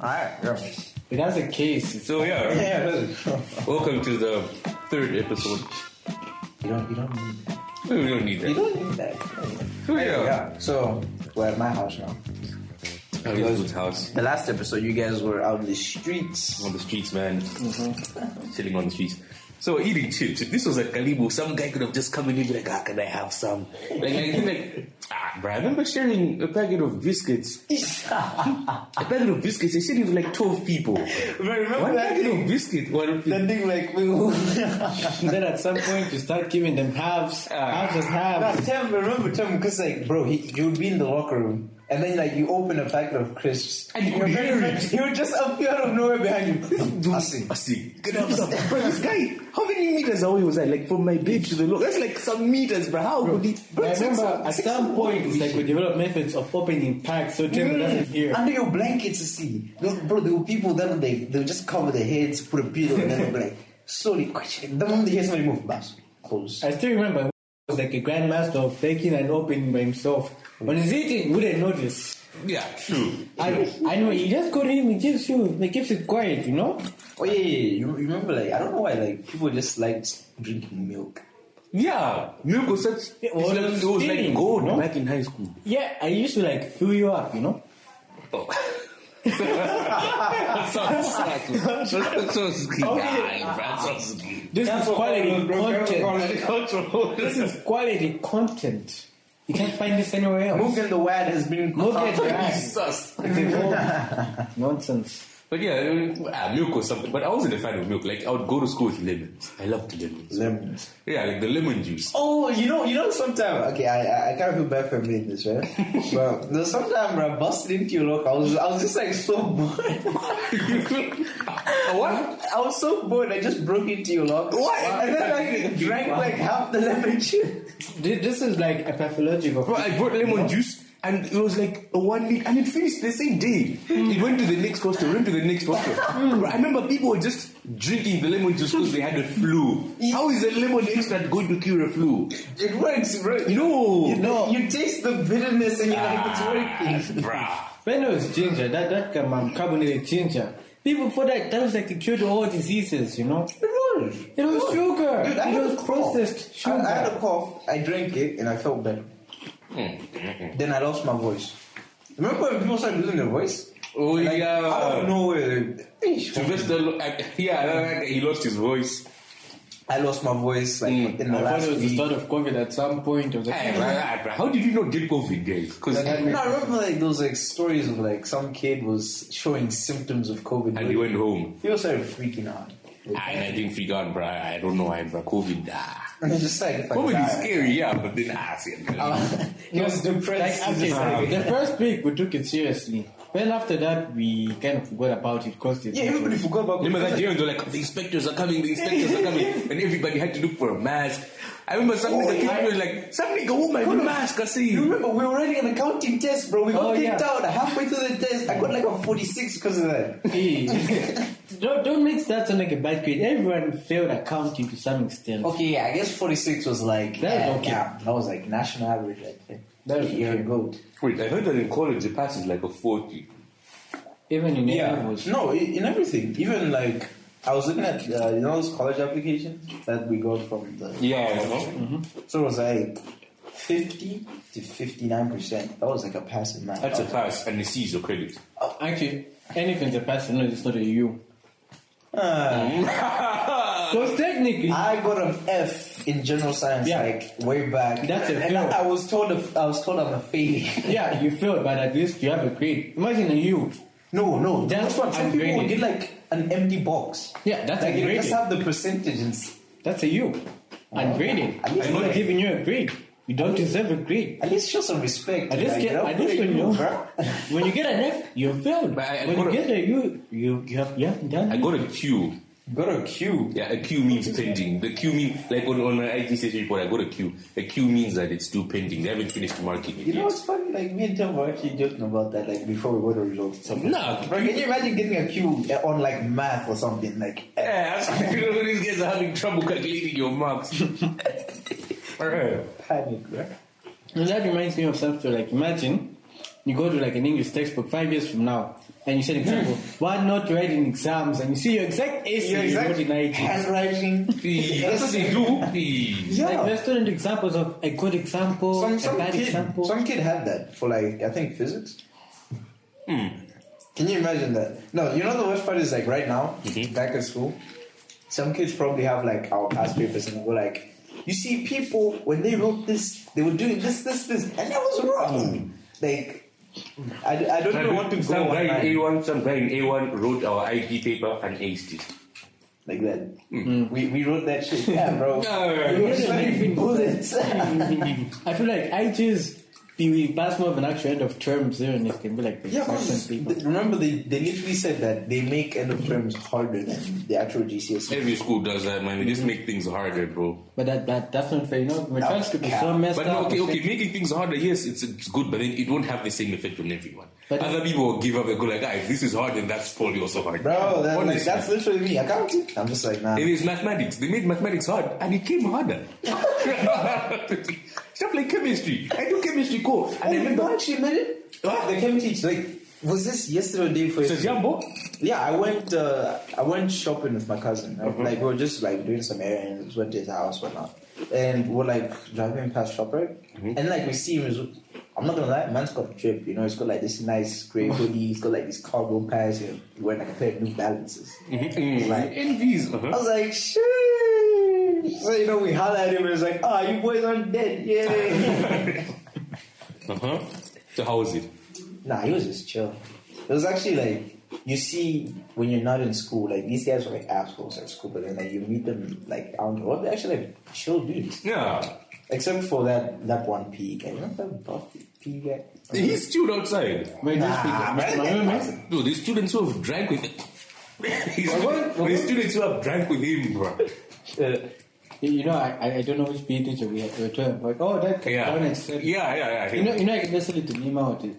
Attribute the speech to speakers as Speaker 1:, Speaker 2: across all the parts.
Speaker 1: Alright, girl.
Speaker 2: It has a case.
Speaker 3: So yeah,
Speaker 1: Yeah, it is.
Speaker 3: welcome to the third episode.
Speaker 1: you don't you don't need that.
Speaker 3: We don't need
Speaker 1: You
Speaker 3: that.
Speaker 1: don't need that.
Speaker 3: So yeah,
Speaker 1: Yeah. So we're at my house now.
Speaker 3: I'm in this house
Speaker 1: The last episode you guys were out in the streets.
Speaker 3: on the streets, man,
Speaker 2: Mm-hmm.
Speaker 3: chilling on the streets. So eating chips. If this was at Kalibu, some guy could have just come in and be like, "Ah, can I have some?" Like, like, like ah, bro, I remember sharing a packet of biscuits. a packet of biscuits. I shared it with like twelve people.
Speaker 1: But remember
Speaker 3: One packet of biscuit. One.
Speaker 1: that thing like we were
Speaker 2: And then at some point you start giving them halves,
Speaker 3: Ah.
Speaker 2: halves and halves.
Speaker 1: Tim, remember Tim, because like bro, he, you would be in the locker room and then like you open a packet of crisps
Speaker 3: And you could
Speaker 1: Your
Speaker 3: hear
Speaker 1: friend-
Speaker 3: it.
Speaker 1: He would just appear out of nowhere behind you. Passing.
Speaker 3: I see. Get up, son. bro. This guy, how many meters away was I? Like from my bed to the log. That's like some meters, bro. How could he? Bro,
Speaker 2: But I
Speaker 3: it's like
Speaker 2: remember
Speaker 3: some-
Speaker 2: at
Speaker 3: six- Mm.
Speaker 2: some point it's like we developed methods of opening packs so Tim doesn't hear.
Speaker 1: Under your blankets, you see, Look, bro, there were people that they they'll just cover their heads, put a pillow, and then they'll be like slowly. question. The moment they hear somebody move, bash, close.
Speaker 2: I still remember he was like a grandmaster of baking and opening by himself. When he's eating, wouldn't notice.
Speaker 3: Yeah, true.
Speaker 2: I, I know he just got him, he gives you, he keeps it quiet, you know?
Speaker 1: Oh yeah, yeah, yeah. You, you remember like I don't know why like people just liked drinking milk.
Speaker 3: Yeah, milk was such. It was,
Speaker 2: was
Speaker 3: like, it was like
Speaker 2: steaming,
Speaker 3: gold
Speaker 2: no?
Speaker 3: back in high school.
Speaker 2: Yeah, I used to like fill you up, you know?
Speaker 3: Oh. that sounds that sounds good. Ah, That sounds good.
Speaker 2: This is quality content.
Speaker 3: Cultural.
Speaker 2: This is quality content. You can't find this anywhere else.
Speaker 1: Milk and the wad has been
Speaker 2: Look at that.
Speaker 3: Sus.
Speaker 2: It's a whole nonsense.
Speaker 3: But yeah, uh, ah, milk was something. But I wasn't a fan of milk. Like I would go to school with lemons. I loved lemons.
Speaker 1: lemons.
Speaker 3: Yeah, like the lemon juice.
Speaker 1: Oh, you know, you know, sometimes okay, I I, I kind of feel bad for admitting this, right? but there's sometimes I busted into your locker. I was I was just like so bored.
Speaker 3: what?
Speaker 1: I was so bored. I just broke into your locker.
Speaker 3: What?
Speaker 1: And then like drank like half the lemon juice.
Speaker 2: Thi- This is like a pathological.
Speaker 3: Bro, I bought lemon juice and it was like a one liter and it finished the same day. It went to the next hostel, went to the next hostel. Bro, I remember people were just drinking the lemon juice because they had a flu. How is a lemon extract going to cure a flu?
Speaker 1: It works, bro. You,
Speaker 3: No!
Speaker 2: No.
Speaker 1: you taste the bitterness and you're like it's working.
Speaker 3: Bruh.
Speaker 2: When it was ginger, that that um, um, carbonated ginger, people thought that that was like a cure to all diseases. You know,
Speaker 1: It was.
Speaker 2: it was sugar.
Speaker 1: Dude, I
Speaker 2: it
Speaker 1: had
Speaker 2: was
Speaker 1: a cough.
Speaker 2: processed
Speaker 1: I,
Speaker 2: sugar.
Speaker 1: I had a cough. I drank it and I felt better. then I lost my voice. Remember when people started losing their voice?
Speaker 3: Oh,
Speaker 1: Like, Out of
Speaker 3: yeah.
Speaker 1: nowhere. like,
Speaker 3: Sylvester, Lo- I- yeah, that- that- he lost his voice.
Speaker 1: I lost my voice like in
Speaker 3: Mm.
Speaker 1: the
Speaker 2: I thought
Speaker 1: last
Speaker 2: it was the
Speaker 1: week.
Speaker 2: start of COVID at some point. It was like,
Speaker 3: Hey, bruh, ah, bruh, How did you not get COVID, guys? Because
Speaker 2: That-
Speaker 1: No, I remember like those like stories of like some kid was showing symptoms of COVID.
Speaker 3: and he went home.
Speaker 1: People started freaking out.
Speaker 3: Ah, And I didn't figure out, bruh. I don't know why, bruh. COVID. Ah.
Speaker 1: And it's just like if I
Speaker 3: COVID is
Speaker 1: die-
Speaker 3: scary, yeah, but then ah, see, I'm
Speaker 1: Oh.
Speaker 3: telling you.
Speaker 1: he was depressed.
Speaker 2: like,
Speaker 1: He
Speaker 2: okay,
Speaker 1: just, like-
Speaker 2: the first week we took it seriously. Then after that, we kind of forgot about it because
Speaker 1: yeah, everybody forgot about
Speaker 3: Remember that
Speaker 1: COVID.
Speaker 3: year, they were like, the inspectors are coming, the inspectors are coming, and everybody had to look for a mask. I remember some oh,
Speaker 1: yeah.
Speaker 3: was like, some nigga, oh my mask, I see.
Speaker 1: You remember we were running an accounting test, bro. We got
Speaker 2: Oh,
Speaker 1: kicked
Speaker 2: yeah.
Speaker 1: out halfway through the test. I got like a 46 because of that.
Speaker 2: don't don't make that sound like a bad grade. Everyone failed accounting to some extent.
Speaker 1: Okay, yeah, I guess 46 was like
Speaker 2: That was
Speaker 1: eh,
Speaker 2: okay.
Speaker 1: yeah, that was like national average. I think
Speaker 2: That was
Speaker 1: a year
Speaker 2: okay.
Speaker 1: ago.
Speaker 3: Wait, I heard that in college the pass is like a 40.
Speaker 2: Even in A
Speaker 1: Yeah,
Speaker 2: levels.
Speaker 1: no, i- in everything, even like. I was looking at uh, you know those college applications that we got from the
Speaker 3: Yeah. Mm-hmm.
Speaker 1: So it was like 50 to 59%. That was like a passing match.
Speaker 3: That's a pass, and it sees your credit.
Speaker 2: Actually, anything's a person, no, it's not a you.
Speaker 1: Uh,
Speaker 2: Because technically,
Speaker 1: I got an F in general science
Speaker 2: Yeah.
Speaker 1: like way back.
Speaker 2: That's a
Speaker 1: and
Speaker 2: fail.
Speaker 1: I, I was told I was told I'm a failure.
Speaker 2: yeah, you failed, but at least you have a grade. Imagine a U.
Speaker 1: No, no. That's
Speaker 2: That's
Speaker 1: what some people
Speaker 2: ungraded.
Speaker 1: would get like an empty box.
Speaker 2: Yeah, that's
Speaker 1: Like you
Speaker 2: ungraded.
Speaker 1: just have the percentages.
Speaker 2: That's a U. Ungraded.
Speaker 1: At least
Speaker 2: I'm
Speaker 1: you-
Speaker 2: not giving you a grade. You don't deserve a grade.
Speaker 1: At least show some respect.
Speaker 2: At least,
Speaker 1: like,
Speaker 2: get,
Speaker 1: you know,
Speaker 2: at least
Speaker 1: who
Speaker 2: when
Speaker 1: you,
Speaker 2: you
Speaker 1: bro?
Speaker 2: when you get an F, you failed.
Speaker 3: But I- I
Speaker 2: when
Speaker 3: got
Speaker 2: you
Speaker 3: a-
Speaker 2: get a U, you you have you haven't done.
Speaker 3: I
Speaker 2: it.
Speaker 3: got a Q.
Speaker 1: Got a Q.
Speaker 3: Yeah, a Q means pending. The Q means, like on, on an IT station report, I got a Q. A Q means that it's still pending. They haven't finished marking it
Speaker 1: You know
Speaker 3: yet.
Speaker 1: what's funny? Like me and Tom were actually joking about that. Like before we got the results. Something.
Speaker 3: Nah.
Speaker 1: Bro, can you imagine getting a Q uh, on like math or something? Like
Speaker 3: Yeah, these guys are having trouble calculating your marks. Alright.
Speaker 1: panic, right?
Speaker 2: And that reminds me of something like imagine you go to like an English textbook five years from now, and you said example, why not write in exams? And you see your exact essay
Speaker 1: Your
Speaker 2: you
Speaker 1: exact
Speaker 2: wrote in IGs.
Speaker 1: handwriting.
Speaker 3: That's what they do. Please.
Speaker 1: Yeah.
Speaker 2: Like we're student examples of a good example,
Speaker 1: some,
Speaker 2: a
Speaker 1: some,
Speaker 2: bad
Speaker 1: kid,
Speaker 2: example.
Speaker 1: some kid had that for like I think physics. Can you imagine that? No, you know the worst part is like right now, back at school, some kids probably have like our past papers and we're like, you see, people when they wrote this, they were doing this, this, this, and that was wrong. Like, I, I don't even want to go
Speaker 3: some guy in
Speaker 1: online
Speaker 3: A1, some guy in A1 wrote our IP paper and aced it.
Speaker 1: like that. We, we wrote that shit, yeah, bro.
Speaker 3: No.
Speaker 1: we were slamming bullets.
Speaker 2: I feel like IGs be we pass more of an actual end of term zero and it can be like the
Speaker 1: Yeah,
Speaker 2: important
Speaker 1: because
Speaker 2: people.
Speaker 1: remember they, they literally said that they make end of terms harder than the actual GCSE.
Speaker 3: Every school does that, man. They just make things harder, bro.
Speaker 2: But that, that that's not fair, you know. My
Speaker 1: No,
Speaker 2: transcript is
Speaker 1: yeah.
Speaker 2: so messed
Speaker 3: But
Speaker 2: up.
Speaker 3: no, okay,
Speaker 2: it's
Speaker 3: okay,
Speaker 2: like-
Speaker 3: making things harder, yes, it's, it's good, but then it won't have the same effect on everyone.
Speaker 2: But-
Speaker 3: Other people will give up and go like, guys, this is hard and that's probably also hard.
Speaker 1: Bro, that, like,
Speaker 3: Honestly.
Speaker 1: that's literally me. I can't. do- I'm just like, nah.
Speaker 3: It is mathematics. They made mathematics hard and it came harder. Stuff like chemistry. I do chemistry core. And I remember
Speaker 1: God, she made it?
Speaker 3: What?
Speaker 1: The chem teacher, like, was this yesterday or day for
Speaker 3: it says,
Speaker 1: yesterday?
Speaker 3: Yambo,
Speaker 1: Yeah, I went uh, I went shopping with my cousin. Like, we were just, like, doing some errands, went to his house, whatnot. And we're, like, driving past ShopRite. And, like, we see him, he's- I'm not gonna lie, man's got a drip, you know, he's got, like, this nice grey hoodie, he's got, like, these cargo pants, you know, wearing, like, a pair of New Balances. He's like,
Speaker 3: envies.
Speaker 1: I
Speaker 3: Uh-huh.
Speaker 1: was like, shit. So, you know, we hollered at him and it was like, ah, you boys aren't dead. Yeah.
Speaker 3: uh-huh. So how was it?
Speaker 1: nah, he was just chill. It was actually like, you see, when you're not in school, like, these guys were like assholes at school, but then, like, you meet them, like, I don't know, they're actually like chill dudes.
Speaker 3: Yeah.
Speaker 1: Except for that that one PE guy. You know that buff PE guy?
Speaker 3: He's chilled outside.
Speaker 2: Wait, this
Speaker 1: Nah,
Speaker 2: people-
Speaker 1: man.
Speaker 2: I don't know,
Speaker 3: No, the students who have drank with him. He's,
Speaker 1: What? What?
Speaker 3: The students who have drank with him, bro.
Speaker 1: Uh,
Speaker 2: You know, I, I- I don't know which PE teacher we had. We were talking like, oh, that
Speaker 3: Yeah.
Speaker 2: Down
Speaker 3: Yeah, yeah, yeah.
Speaker 2: You know, you know, I can basically to meme out it.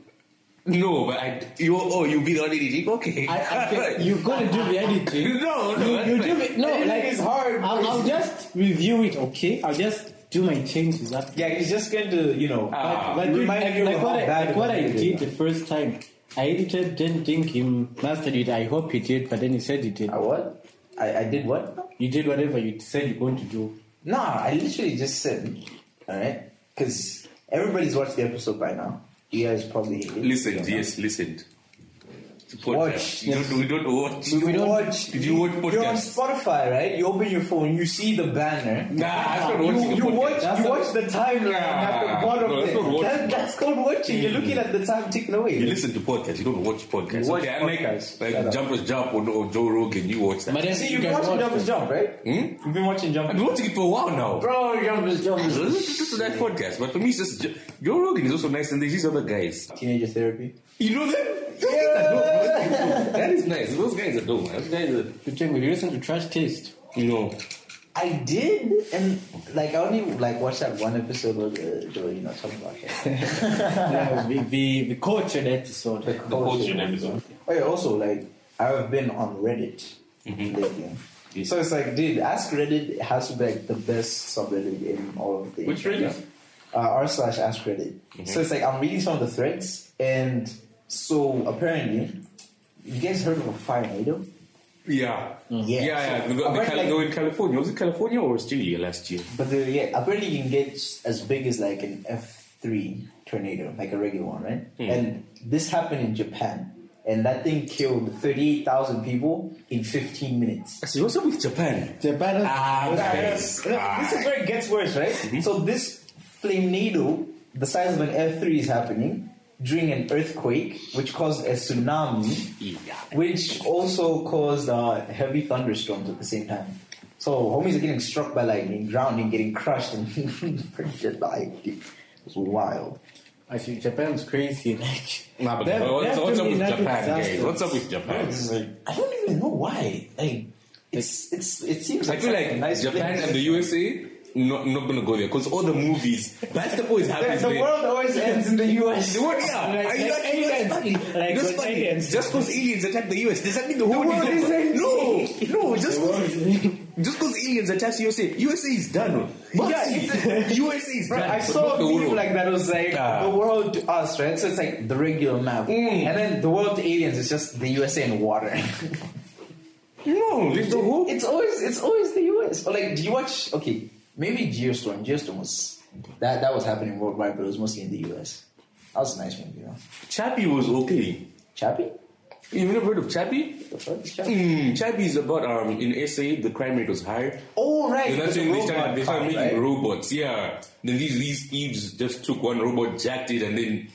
Speaker 3: no, but I, you, oh, you be the only DJ? Okay.
Speaker 2: I, I can, you gotta do the editing.
Speaker 3: no, no.
Speaker 2: You,
Speaker 3: that's
Speaker 2: you
Speaker 3: fine.
Speaker 2: do it. No,
Speaker 1: Editing
Speaker 2: like
Speaker 1: is hard.
Speaker 2: I'll, I'll just review it. Okay, I'll just do my changes after.
Speaker 1: yeah, he's just going to, you know,
Speaker 3: Ah.
Speaker 2: like,
Speaker 1: you
Speaker 2: dude,
Speaker 1: remind
Speaker 2: like,
Speaker 1: you
Speaker 2: like
Speaker 1: of
Speaker 2: what,
Speaker 1: how
Speaker 2: I,
Speaker 1: bad
Speaker 2: like what I
Speaker 1: it was.
Speaker 2: did the first time. I edited, didn't think he mastered it. I hope he did, but then he said he did.
Speaker 1: I what? I, I did what?
Speaker 2: You did whatever you said you're going to do.
Speaker 1: Nah, I literally just said, alright? Because everybody's watched the episode by now. You guys probably hate it.
Speaker 3: Listened, yes, listened. It's a podcast.
Speaker 1: Watch.
Speaker 3: You don't, we don't watch.
Speaker 1: You
Speaker 2: We don't-
Speaker 1: watch.
Speaker 3: Did you watch
Speaker 1: You're on
Speaker 3: podcasts?
Speaker 1: Spotify, right? You open your phone, you see the banner.
Speaker 3: Nah, that's not
Speaker 1: You,
Speaker 3: watching a
Speaker 1: you
Speaker 3: podcast.
Speaker 1: watch.
Speaker 2: That's
Speaker 1: you
Speaker 2: not-
Speaker 1: watch the timeline at
Speaker 3: Nah,
Speaker 1: the bottom.
Speaker 3: no, that's
Speaker 1: there.
Speaker 3: not watching. Mm.
Speaker 1: That- that's called watching. You're looking at the time ticking away.
Speaker 3: You listen to podcasts. You don't watch podcasts.
Speaker 1: You watch
Speaker 3: okay,
Speaker 1: podcasts.
Speaker 3: I make
Speaker 1: Shut
Speaker 3: like
Speaker 1: up.
Speaker 3: Jumpers Jump or, or Joe Rogan. You watch that.
Speaker 2: But then
Speaker 1: See,
Speaker 2: you
Speaker 1: you've been
Speaker 2: guys
Speaker 1: watching
Speaker 2: watched
Speaker 1: Jump is
Speaker 2: it.
Speaker 1: Jump, right?
Speaker 3: Hmm?
Speaker 1: You've been watching Jump.
Speaker 3: I've been watching it for a while now.
Speaker 1: Bro, Oh, Jump is Jump
Speaker 3: So
Speaker 1: is
Speaker 3: Listen to that podcast. But for me, it's just Jo- Joe Rogan is also nice, and there's these other guys.
Speaker 1: teenager therapy.
Speaker 3: You know them? Those guys are dope. That is nice. Those guys are dope. man. Those guys are.
Speaker 2: You think you listen to trash taste?
Speaker 3: You know.
Speaker 1: I did, and like I only like watched that one episode of the, the you know talking about hair.
Speaker 2: yeah, the, the, the cultured episode.
Speaker 3: Fortune episode.
Speaker 1: Oh yeah, also like I've been on Reddit lately.
Speaker 3: Mm-hmm. Yes.
Speaker 1: So it's like, dude, Ask Reddit has to be like the best subreddit in all of the
Speaker 3: Which
Speaker 1: internet.
Speaker 3: Reddit? Mm-hmm.
Speaker 1: Uh, R slash Ask Reddit. So it's like I'm reading some of the threads, and so apparently, you guys heard of a Finado?
Speaker 3: Yeah.
Speaker 1: Yeah.
Speaker 3: Yeah, yeah. We got the
Speaker 1: Apparently,
Speaker 3: Cali-
Speaker 1: like-
Speaker 3: they were in California. Was it California or Australia last year?
Speaker 1: But the, yeah, apparently you can get as big as like an F three tornado, like a regular one, right?
Speaker 3: Hmm.
Speaker 1: And this happened in Japan. And that thing killed 38,000 people in 15 minutes.
Speaker 3: I said, what's up with Japan?
Speaker 2: Japan.
Speaker 3: Ah,
Speaker 1: This
Speaker 3: guys. Ah,
Speaker 1: is where it gets worse, right?
Speaker 3: Mm-hmm.
Speaker 1: So this flame needle, the size of an F three, is happening during an earthquake, which caused a tsunami,
Speaker 3: Yeah.
Speaker 1: which also caused uh, heavy thunderstorms at the same time. So homies are getting struck by lightning, drowning, getting crushed, and just like dude, it's wild.
Speaker 2: Actually, Japan's crazy. Like,
Speaker 3: Nah, but
Speaker 2: that-
Speaker 3: what's,
Speaker 2: that
Speaker 3: what's
Speaker 2: to
Speaker 3: up
Speaker 2: me
Speaker 3: with
Speaker 2: is not a
Speaker 3: Japan, guys?
Speaker 2: disaster.
Speaker 3: What's up with Japan?
Speaker 1: I don't even know why. Like it's it's it seems.
Speaker 3: I feel like
Speaker 1: a nice
Speaker 3: Japan
Speaker 1: place.
Speaker 3: and the USA not not gonna go there because all the movies, basketball is happening
Speaker 1: The, the
Speaker 3: there.
Speaker 1: world always ends in the U.S.
Speaker 3: The world, yeah.
Speaker 2: Like-
Speaker 3: Are you
Speaker 2: like
Speaker 3: not- you know what's
Speaker 2: aliens.
Speaker 3: funny?
Speaker 2: Like
Speaker 3: You know what's
Speaker 2: when
Speaker 3: funny?
Speaker 2: aliens-
Speaker 3: Just because aliens attack the US, does that mean the whole
Speaker 1: world
Speaker 3: is
Speaker 1: is
Speaker 3: over? No, no. Just 'cause-
Speaker 2: world is-
Speaker 3: Just because aliens attached to USA, USA is done.
Speaker 1: Yeah, it's-
Speaker 3: USA is
Speaker 1: Bro,
Speaker 3: done.
Speaker 1: I
Speaker 3: but
Speaker 1: saw
Speaker 3: not
Speaker 1: a
Speaker 3: the
Speaker 1: meme
Speaker 3: world.
Speaker 1: like that was like
Speaker 3: Ah.
Speaker 1: the world to us, right? So it's like the regular map,
Speaker 3: Mm.
Speaker 1: and then the world to aliens is just the USA and water.
Speaker 3: no, there's the whole.
Speaker 1: it's always it's always the US. Or like, do you watch? Okay, maybe Geostorm. Geostorm was that that was happening worldwide, but it was mostly in the US. That was a nice movie, you know.
Speaker 3: Chappie was okay.
Speaker 1: Chappie,
Speaker 3: You never heard of Chappie?
Speaker 1: the fuck is Chappie?
Speaker 3: Mm, Chappie is about um in SA the crime rate was high.
Speaker 1: Oh right,
Speaker 3: And that's
Speaker 1: the
Speaker 3: when they
Speaker 1: robot
Speaker 3: started, they started
Speaker 1: cop,
Speaker 3: making
Speaker 1: right?
Speaker 3: robots, yeah. Then these these thieves just took one robot, jacked it, and then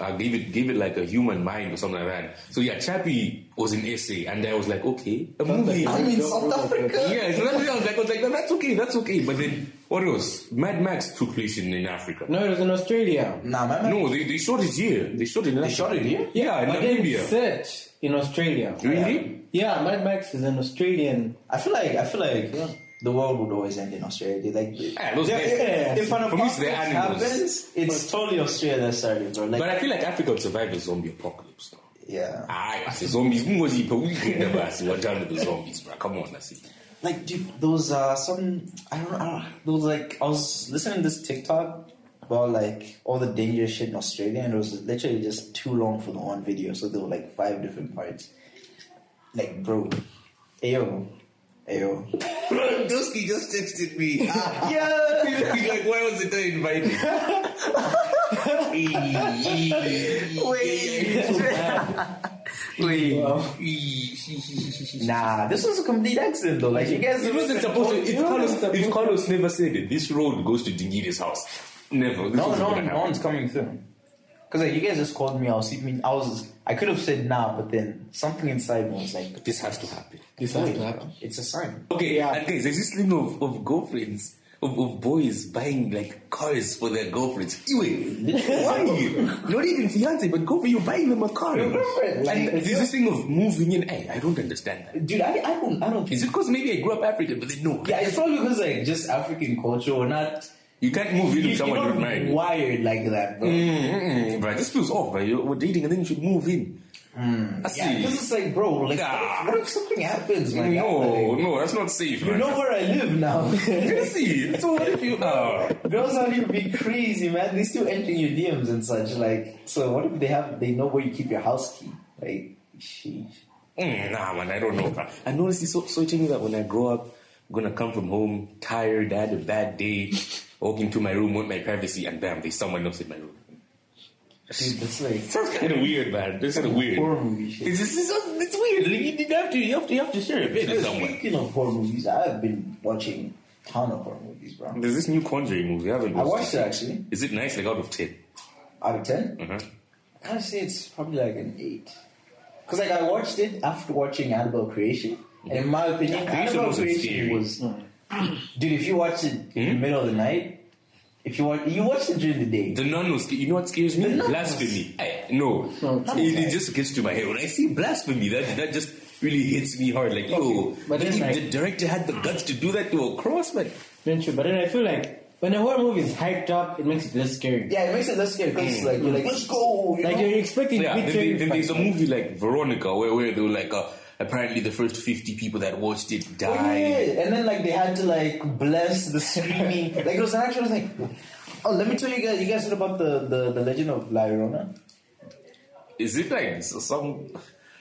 Speaker 3: uh, gave it gave it like a human mind or something like that. So yeah, Chappie was in SA, and I was like, okay, a movie.
Speaker 1: I'm in South Africa.
Speaker 3: Yeah, so that's what I was like, I was like, no, that's okay, that's okay. But then what else? Mad Max took place in, in Africa.
Speaker 2: No, it was in Australia.
Speaker 1: Nah, man.
Speaker 3: No, they, they shot it here. They shot it. in
Speaker 1: They shot it here?
Speaker 3: Yeah, in
Speaker 2: but they
Speaker 3: Namibia.
Speaker 2: Search in Australia.
Speaker 3: Really?
Speaker 2: Yeah, Mad Max is an Australian.
Speaker 1: I feel like I feel like the world would always end in Australia. Like
Speaker 3: Yeah, those guys-
Speaker 1: if, if an
Speaker 3: For me, it's the
Speaker 1: apocalypse
Speaker 3: animals.
Speaker 1: happens, it's totally Australia that's started, bro. Like
Speaker 3: But I feel like Africa would survive a zombie apocalypse. Though.
Speaker 1: yeah,
Speaker 3: Aye, I say zombies. Ngozi, but we can never see we're done with the zombies, bro. Come on, that's it.
Speaker 1: like dude, those uh some I don't know those like I was listening to this TikTok about like all the dangerous shit in Australia, and it was literally just too long for the one video, so there were like five different parts. Like bro, ayo, ayo.
Speaker 3: Bro, Dusky just texted me. Ah.
Speaker 1: Yeah.
Speaker 3: He's like, why was it not invited? Wait.
Speaker 1: Nah, this was a complete accident though. Like you guys,
Speaker 3: It wasn't supposed to. If
Speaker 2: You know
Speaker 3: Carlos,
Speaker 2: what's the
Speaker 3: if
Speaker 2: problem?
Speaker 3: Carlos never said it, this road goes to Dingidi's house. Never. This
Speaker 1: No,
Speaker 3: wasn't
Speaker 1: no,
Speaker 3: gonna
Speaker 1: no
Speaker 3: happen.
Speaker 1: one's coming through. Cause like you guys just called me, I was I mean, I was I could have said nah, but then something inside me was like,
Speaker 3: This has to happen.
Speaker 2: This
Speaker 1: wait,
Speaker 2: has to happen.
Speaker 1: it's a sign.
Speaker 3: Okay,
Speaker 2: Yeah.
Speaker 3: and guys, there's this thing of, of girlfriends, of, of boys buying like cars for their girlfriends. Anyway, why? Not even fiance, but girlfriend, you're buying them a car.
Speaker 1: girlfriend, like-
Speaker 3: and there's this thing of moving in. Hey, I don't understand that.
Speaker 1: Dude, I, I don't I don't
Speaker 3: Is it because maybe I grew up African, but then no.
Speaker 1: Yeah, it's probably because like just African culture, we're not
Speaker 3: You can't
Speaker 1: you,
Speaker 3: move in with
Speaker 1: you're
Speaker 3: someone you're
Speaker 1: not
Speaker 3: married. Mm,
Speaker 1: wired like that, bro.
Speaker 3: Mm-mm, bro, this feels off, bro. You're, we're dating and then you should move in. I
Speaker 1: Hmm. Yeah,
Speaker 3: see.
Speaker 1: because it's like bro, like
Speaker 3: Nah. Mm,
Speaker 1: what if something happens, man?
Speaker 3: no, no, that's not safe,
Speaker 1: You
Speaker 3: man.
Speaker 1: know where I live now.
Speaker 3: You see, so what if you? Uh,
Speaker 1: Girls out here be crazy, man. They still entering your DMs and such. Like, so what if they have? They know where you keep your house key. Like, sheesh.
Speaker 3: Mm, nah, man, I don't know. bruh. And honestly, so, so telling me that when I grow up, I'm gonna come from home tired, I had a bad day, walk into my room, want my privacy, and bam, there's someone else in my room.
Speaker 1: Dude, that's like
Speaker 3: It sounds kind of weird, man. That's kind of weird.
Speaker 1: horror movie shit.
Speaker 3: It's, it's, it's, it's weird. Like, you, you have to, you have to, you have to share a bit with someone.
Speaker 1: Speaking of horror movies, I've been watching ton of horror movies, bro.
Speaker 3: There's this new Conjuring movie. I haven't
Speaker 1: I
Speaker 3: watched.
Speaker 1: watched it actually.
Speaker 3: Is it nice? Like out of 10
Speaker 1: Out of ten,
Speaker 3: Uh-huh.
Speaker 1: I would say it's probably like an eight. Cause like I watched it after watching Annabelle Creation, and in my opinion,
Speaker 3: Creation
Speaker 1: Annabelle
Speaker 3: was a Hmm?
Speaker 1: Creation
Speaker 3: theory.
Speaker 1: was, dude. If you watch it in the middle of the night, if you watch, you watched it during the day.
Speaker 3: The nun was. You know what scares me?
Speaker 1: The nun was-
Speaker 3: Blasphemy. I, no,
Speaker 2: No, it's-
Speaker 3: it, it just gets to my head when I see blasphemy. That that just really hits me hard. Like yo,
Speaker 2: but
Speaker 3: the,
Speaker 2: then, like-
Speaker 3: the director had the guts to do that to a cross man.
Speaker 2: Don't you? But then I feel like when a horror movie is hyped up, it makes it less scary.
Speaker 1: Yeah, it makes it less scary because it's like you're Mm. like, let's go. You
Speaker 2: Like
Speaker 1: know?
Speaker 2: you're expecting
Speaker 3: Yeah,
Speaker 2: to be
Speaker 3: then, they- then
Speaker 2: terrified.
Speaker 3: there's a movie like Veronica where where they were like uh, apparently the first fifty people that watched it
Speaker 1: Oh, yeah,
Speaker 3: died.
Speaker 1: and then like they had to like bless the screaming. like it was an actual thing. Oh, let me tell you guys. You guys heard about the the, the legend of La Llorona?
Speaker 3: Is it like s- some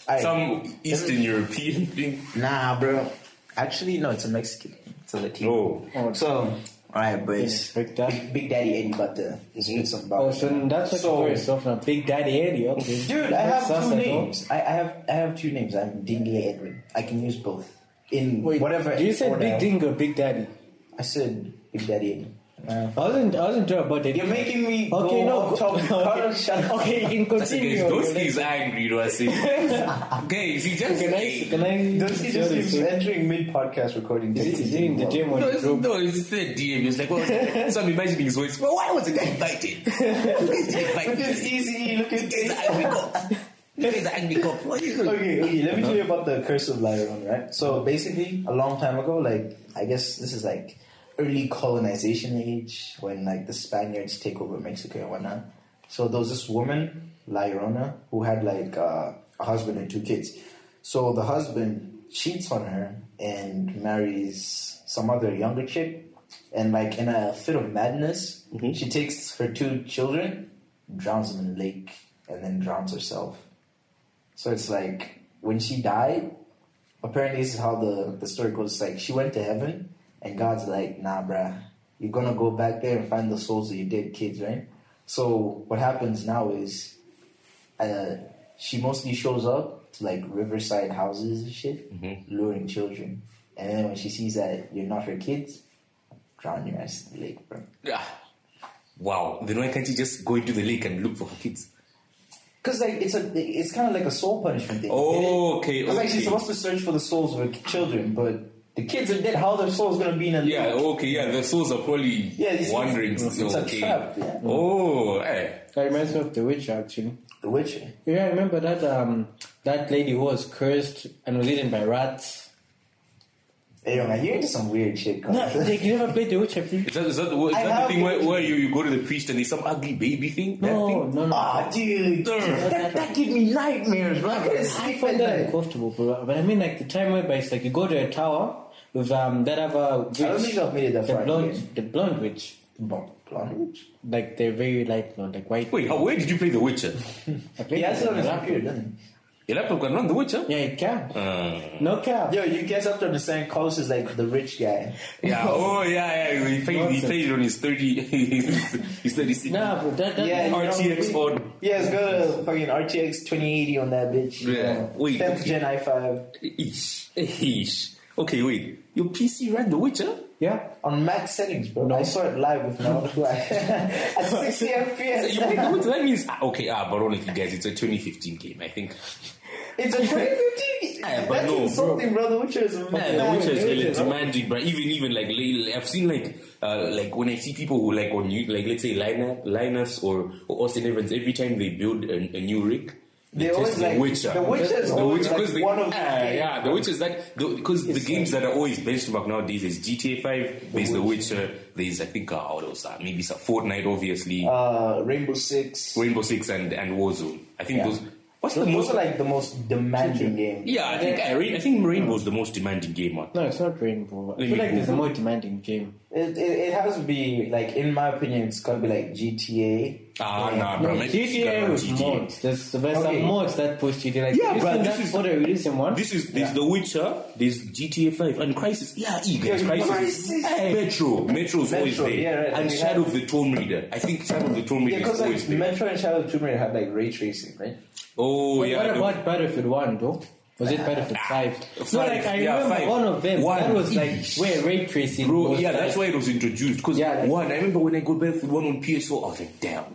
Speaker 1: Aye.
Speaker 3: some Eastern European thing?
Speaker 1: Nah, bro. Actually, no. It's a Mexican. It's a Latino.
Speaker 3: No.
Speaker 2: Oh.
Speaker 1: So, all right, boys.
Speaker 2: Yeah, Big Daddy.
Speaker 1: Big, Big Daddy Eddie Butter is doing some about.
Speaker 2: Oh, so that's what
Speaker 1: So-
Speaker 2: so, you're off now. Big Daddy Eddie, okay.
Speaker 1: Dude, I have
Speaker 2: That's us
Speaker 1: two
Speaker 2: at all.
Speaker 1: names. I, I have I have two names. I'm Dingley Edwin. I can use both in
Speaker 2: Wait,
Speaker 1: whatever.
Speaker 2: You said
Speaker 1: order.
Speaker 2: Big Dingo, Big Daddy.
Speaker 1: I said Big Daddy Eddie. Uh,
Speaker 2: I wasn't. I wasn't sure about it.
Speaker 1: You're making me
Speaker 2: Okay,
Speaker 1: go
Speaker 2: no.
Speaker 1: off topic. Carlos, shut up.
Speaker 2: okay, you can continue.
Speaker 3: Guys, those
Speaker 2: okay,
Speaker 3: is angry, do I see? Guys, he just
Speaker 2: can I? Can I?
Speaker 1: Does he just keeps entering mid podcast recording?
Speaker 2: Is it, is it in the gym or
Speaker 3: No,
Speaker 2: the
Speaker 3: it's,
Speaker 2: group?
Speaker 3: no, it's the DM. It's like, well, so I'm imagining his voice. Well, why was the guy invited?
Speaker 1: Look at easy. Look at
Speaker 3: He's an angry cop. He's an angry cop. What is it?
Speaker 1: Okay, okay. Let me tell you about the curse of Lyron, right? So basically, a long time ago, like I guess this is like early colonization age when like the Spaniards take over Mexico and whatnot. So there was this woman, Lyrona, who had like uh, a husband and two kids. So the husband cheats on her and marries some other younger chick, and like in a fit of madness, she takes her two children, drowns them in a lake, and then drowns herself. So it's like when she died, apparently this is how the, the story goes. It's like she went to heaven, and God's like, nah, bruh, you're gonna go back there and find the souls of your dead kids, right? So what happens now is uh, she mostly shows up to like riverside houses and shit, luring children. And then when she sees that you're not her kids, drown your ass in the lake, bro.
Speaker 3: Ah. Wow. Then why can't you just go into the lake and look for her kids?
Speaker 1: Because like it's a, it's kind of like a soul punishment thing.
Speaker 3: Oh, okay.
Speaker 1: It's like she's
Speaker 3: okay.
Speaker 1: supposed to search for the souls of her children, but the kids are dead. How are their souls gonna be in a lake?
Speaker 3: Yeah, okay, yeah, the souls are probably
Speaker 1: Yeah, it's-
Speaker 3: wandering
Speaker 1: it's-
Speaker 3: still.
Speaker 1: it's a
Speaker 3: okay.
Speaker 1: trap, yeah.
Speaker 3: Oh, eh.
Speaker 2: That reminds me of The Witcher, actually.
Speaker 1: The Witcher.
Speaker 2: Yeah, I remember that um, that lady who was cursed and was eaten by rats.
Speaker 1: Hey, yo, man, you're into some weird shit. cuz.
Speaker 2: No, like, you never played The Witcher, please?
Speaker 3: Is that, is that, the, is
Speaker 1: I
Speaker 3: that
Speaker 1: have
Speaker 3: the thing where,
Speaker 1: the-
Speaker 3: where you, you go to the priest and there's some ugly baby thing? That
Speaker 2: No,
Speaker 3: thing?
Speaker 2: no, no.
Speaker 1: Ah, dude,
Speaker 3: Sir.
Speaker 1: that, that gave me nightmares, bro. I couldn't
Speaker 2: I
Speaker 1: sleep at
Speaker 2: find that
Speaker 1: night.
Speaker 2: uncomfortable, bro. But I mean, like the time whereby it's like you go to a tower with um that other witch,
Speaker 1: don't think I've made it that
Speaker 2: the
Speaker 1: far in the
Speaker 2: blonde,
Speaker 1: game.
Speaker 2: the blonde witch.
Speaker 1: Blonde witch?
Speaker 2: Like they're very light blonde, like white.
Speaker 3: Wait, how, where did you play The Witcher?
Speaker 2: I played
Speaker 1: He has
Speaker 2: that
Speaker 1: it on his
Speaker 2: last
Speaker 1: computer,
Speaker 2: week.
Speaker 1: doesn't he?
Speaker 3: Your laptop can run The Witcher?
Speaker 2: Yeah, it can.
Speaker 3: Uh,
Speaker 2: No cap.
Speaker 1: Yo, you guys have to understand, Carlos is like the rich guy.
Speaker 3: yeah, oh, yeah, yeah. He played, he
Speaker 2: Nonsense.
Speaker 3: played on his 30. his 36.
Speaker 2: Nah, but that, that
Speaker 1: Yeah, you know,
Speaker 3: RTX
Speaker 1: we-
Speaker 3: on.
Speaker 1: Yeah, it's got a fucking RTX 2080 on that bitch. you
Speaker 3: Yeah.
Speaker 1: know.
Speaker 3: Wait,
Speaker 1: 10th
Speaker 3: okay.
Speaker 1: Gen i5
Speaker 3: Eesh. Eesh. Okay, wait. Your PC ran The Witcher?
Speaker 2: yeah.
Speaker 1: on max settings, bro. I saw it live with my own fly at 60
Speaker 3: You played
Speaker 1: FPS.
Speaker 3: The Witcher? That means. ah, Okay, ah, but honestly, guys, it's a 2015 game, I think.
Speaker 1: It's a 2015.
Speaker 3: Yeah, but
Speaker 1: That's
Speaker 3: no, bro.
Speaker 1: insulting, bro. The Witcher is a
Speaker 3: Yeah,
Speaker 1: man.
Speaker 3: the Witcher is really
Speaker 2: Witcher.
Speaker 3: demanding, but even even like li- I've seen like uh, like when I see people who like on you like let's say Linus, Linus or, or Austin Evans, every time they build a, a new rig,
Speaker 1: They
Speaker 3: they test
Speaker 1: always
Speaker 3: the
Speaker 1: like-
Speaker 3: Witcher.
Speaker 1: the Witcher is
Speaker 3: The
Speaker 1: always
Speaker 3: Witcher,
Speaker 1: like
Speaker 3: 'cause they-
Speaker 1: one of the
Speaker 3: ah,
Speaker 1: games.
Speaker 3: yeah, the Witcher is like because the games that are always benchmarked nowadays is GTA Five, there's The Witcher, there's I think uh, what else? Uh, maybe some Fortnite, obviously,
Speaker 1: Uh, Rainbow Six.
Speaker 3: Rainbow Six, and and Warzone. I think
Speaker 1: Yeah.
Speaker 3: those. What's
Speaker 1: Those
Speaker 3: the most?
Speaker 1: those are like the most demanding games.
Speaker 3: yeah, I think I, re- I think Rainbow's the most demanding game out
Speaker 2: No, it's not rainbow.
Speaker 3: Let
Speaker 2: I feel
Speaker 3: me
Speaker 2: like there's a
Speaker 3: Google.
Speaker 2: more demanding game.
Speaker 1: It, it, it has to be like in my opinion, it's gotta be like GTA.
Speaker 3: Ah, nah, bro.
Speaker 2: No,
Speaker 3: man,
Speaker 2: GTA
Speaker 3: it's
Speaker 2: was
Speaker 3: GTA.
Speaker 2: mods. There's, there's
Speaker 1: Okay.
Speaker 2: some mods that push GTA. Like,
Speaker 3: Yeah,
Speaker 2: you
Speaker 3: bruh,
Speaker 2: see
Speaker 3: this
Speaker 2: that
Speaker 3: is-
Speaker 2: for the reason one.
Speaker 3: This is there's The Witcher, there's GTA 5, and Crisis. Yeah, you guys,
Speaker 1: Yeah,
Speaker 3: Crisis.
Speaker 1: Crysis.
Speaker 3: Hey, Metro, Metro's always
Speaker 1: Metro,
Speaker 3: there,
Speaker 1: yeah, right,
Speaker 3: and
Speaker 1: we
Speaker 3: Shadow of the Tomb Raider. I think Shadow of the Tomb
Speaker 1: Yeah,
Speaker 3: Raider is
Speaker 1: because
Speaker 3: always
Speaker 1: like
Speaker 3: there.
Speaker 1: Metro and Shadow of Tomb Raider had like ray tracing, right?
Speaker 3: oh
Speaker 2: But
Speaker 3: yeah,
Speaker 2: what
Speaker 3: the-
Speaker 2: about Battlefield 1 though? Was it Battlefield 5? No,
Speaker 3: Ah, five,
Speaker 2: like I
Speaker 3: yeah,
Speaker 2: remember
Speaker 3: five.
Speaker 2: one of them.
Speaker 3: One.
Speaker 2: That was like where ray tracing
Speaker 3: bro,
Speaker 2: was
Speaker 3: yeah,
Speaker 2: like-
Speaker 3: that's why it was introduced. Because
Speaker 2: Yeah, like-
Speaker 3: one, I remember when I got back with one on PSO, I was like, damn,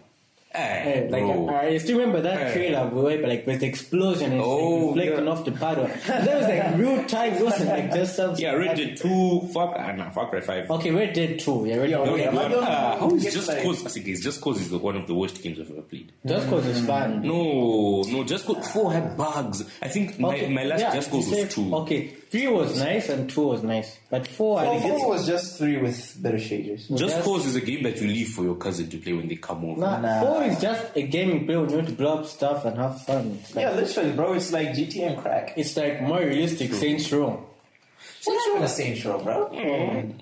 Speaker 3: hey,
Speaker 2: Hey, uh, Eh, like
Speaker 3: bro.
Speaker 2: I still remember that
Speaker 3: Hey.
Speaker 2: trailer where like with the explosion and it's,
Speaker 3: Oh,
Speaker 2: like, reflecting
Speaker 3: yeah.
Speaker 2: off the paddle. That was like real time, it wasn't like just something.
Speaker 3: yeah, Red Dead Two, fuck, ah, nah, fuck Red Five.
Speaker 2: Okay, Red Dead 2. Yeah, Red
Speaker 1: Yeah,
Speaker 2: Dead
Speaker 3: Don't
Speaker 1: okay,
Speaker 3: get
Speaker 1: am I
Speaker 3: one-
Speaker 1: the only
Speaker 3: ah,
Speaker 1: one
Speaker 3: how
Speaker 1: who
Speaker 3: is
Speaker 1: gets,
Speaker 3: Just
Speaker 1: like-
Speaker 3: Cause? I think it's Just Cause is the, one of the worst games I've ever played.
Speaker 2: Just cause it's fun.
Speaker 3: Mm-hmm. No, no, Just Cause 4 had bugs. I think my, my last
Speaker 2: yeah,
Speaker 3: Just Cause
Speaker 2: you
Speaker 3: was
Speaker 2: said-
Speaker 3: 2.
Speaker 2: Okay, 3 was nice and 2 was nice. But 4, I
Speaker 1: Well,
Speaker 2: think
Speaker 1: Oh, four
Speaker 2: it's.
Speaker 1: was just three with better shaders.
Speaker 3: Just
Speaker 2: Just-
Speaker 3: Cause is a game that you leave for your cousin to play when they come over.
Speaker 2: Nah,
Speaker 1: Nah.
Speaker 2: 4 is just a game you play when you want to blow up stuff and have fun. It's like,
Speaker 1: Yeah, literally, bro. It's like GTA and crack.
Speaker 2: It's like more realistic Saints Row.
Speaker 1: What's wrong with Saints Row, bro?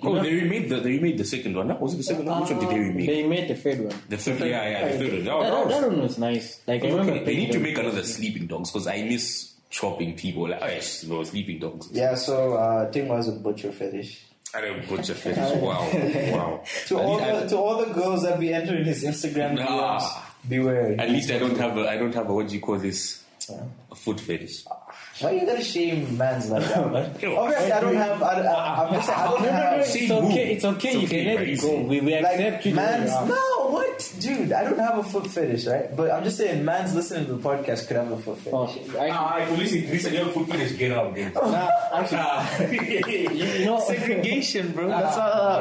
Speaker 3: Oh, they remade the they remade the second one. That was it the second one. Which one did they remake?
Speaker 2: They made the third one.
Speaker 3: the third, yeah, yeah, the third one. That,
Speaker 2: Uh, That,
Speaker 3: Oh, that
Speaker 2: that,
Speaker 3: was-
Speaker 2: one was nice. Like I
Speaker 3: okay.
Speaker 2: remember
Speaker 3: They
Speaker 2: playing
Speaker 3: need to
Speaker 2: them.
Speaker 3: make another Sleeping Dogs because I miss chopping people. Like, oh, yes, bro, Sleeping Dogs.
Speaker 1: Yeah, so uh, Tim was a butcher fetish.
Speaker 3: I don't butcher fetish. Wow, wow.
Speaker 1: To
Speaker 3: at,
Speaker 1: all
Speaker 3: least
Speaker 1: the to all the girls that be entering his Instagram
Speaker 3: Nah.
Speaker 1: DMs, beware.
Speaker 3: I, at least I don't have a I don't have a what do you call this
Speaker 1: Yeah.
Speaker 3: a foot fetish.
Speaker 2: Oh,
Speaker 1: Why you gotta shame man's like that? man? Obviously, I don't have. I, I, I'm just saying, I don't
Speaker 2: No, no, no,
Speaker 1: have.
Speaker 2: it's
Speaker 3: She moved.
Speaker 2: okay. It's okay.
Speaker 3: It's
Speaker 2: you
Speaker 3: okay,
Speaker 2: can let
Speaker 3: but
Speaker 2: it
Speaker 3: it's-
Speaker 2: go. We, we accept
Speaker 1: Like
Speaker 2: you. the way
Speaker 1: man's
Speaker 2: you are.
Speaker 1: no, what, dude? I don't have a foot fetish, right? But I'm just saying, man's listening to the podcast could have a foot fetish.
Speaker 2: Oh, I,
Speaker 3: Ah, listen, listen, your foot fetish. Get out, dude.
Speaker 2: nah, actually,
Speaker 3: Uh,
Speaker 2: you know,
Speaker 3: Segregation, bro.
Speaker 1: That's all.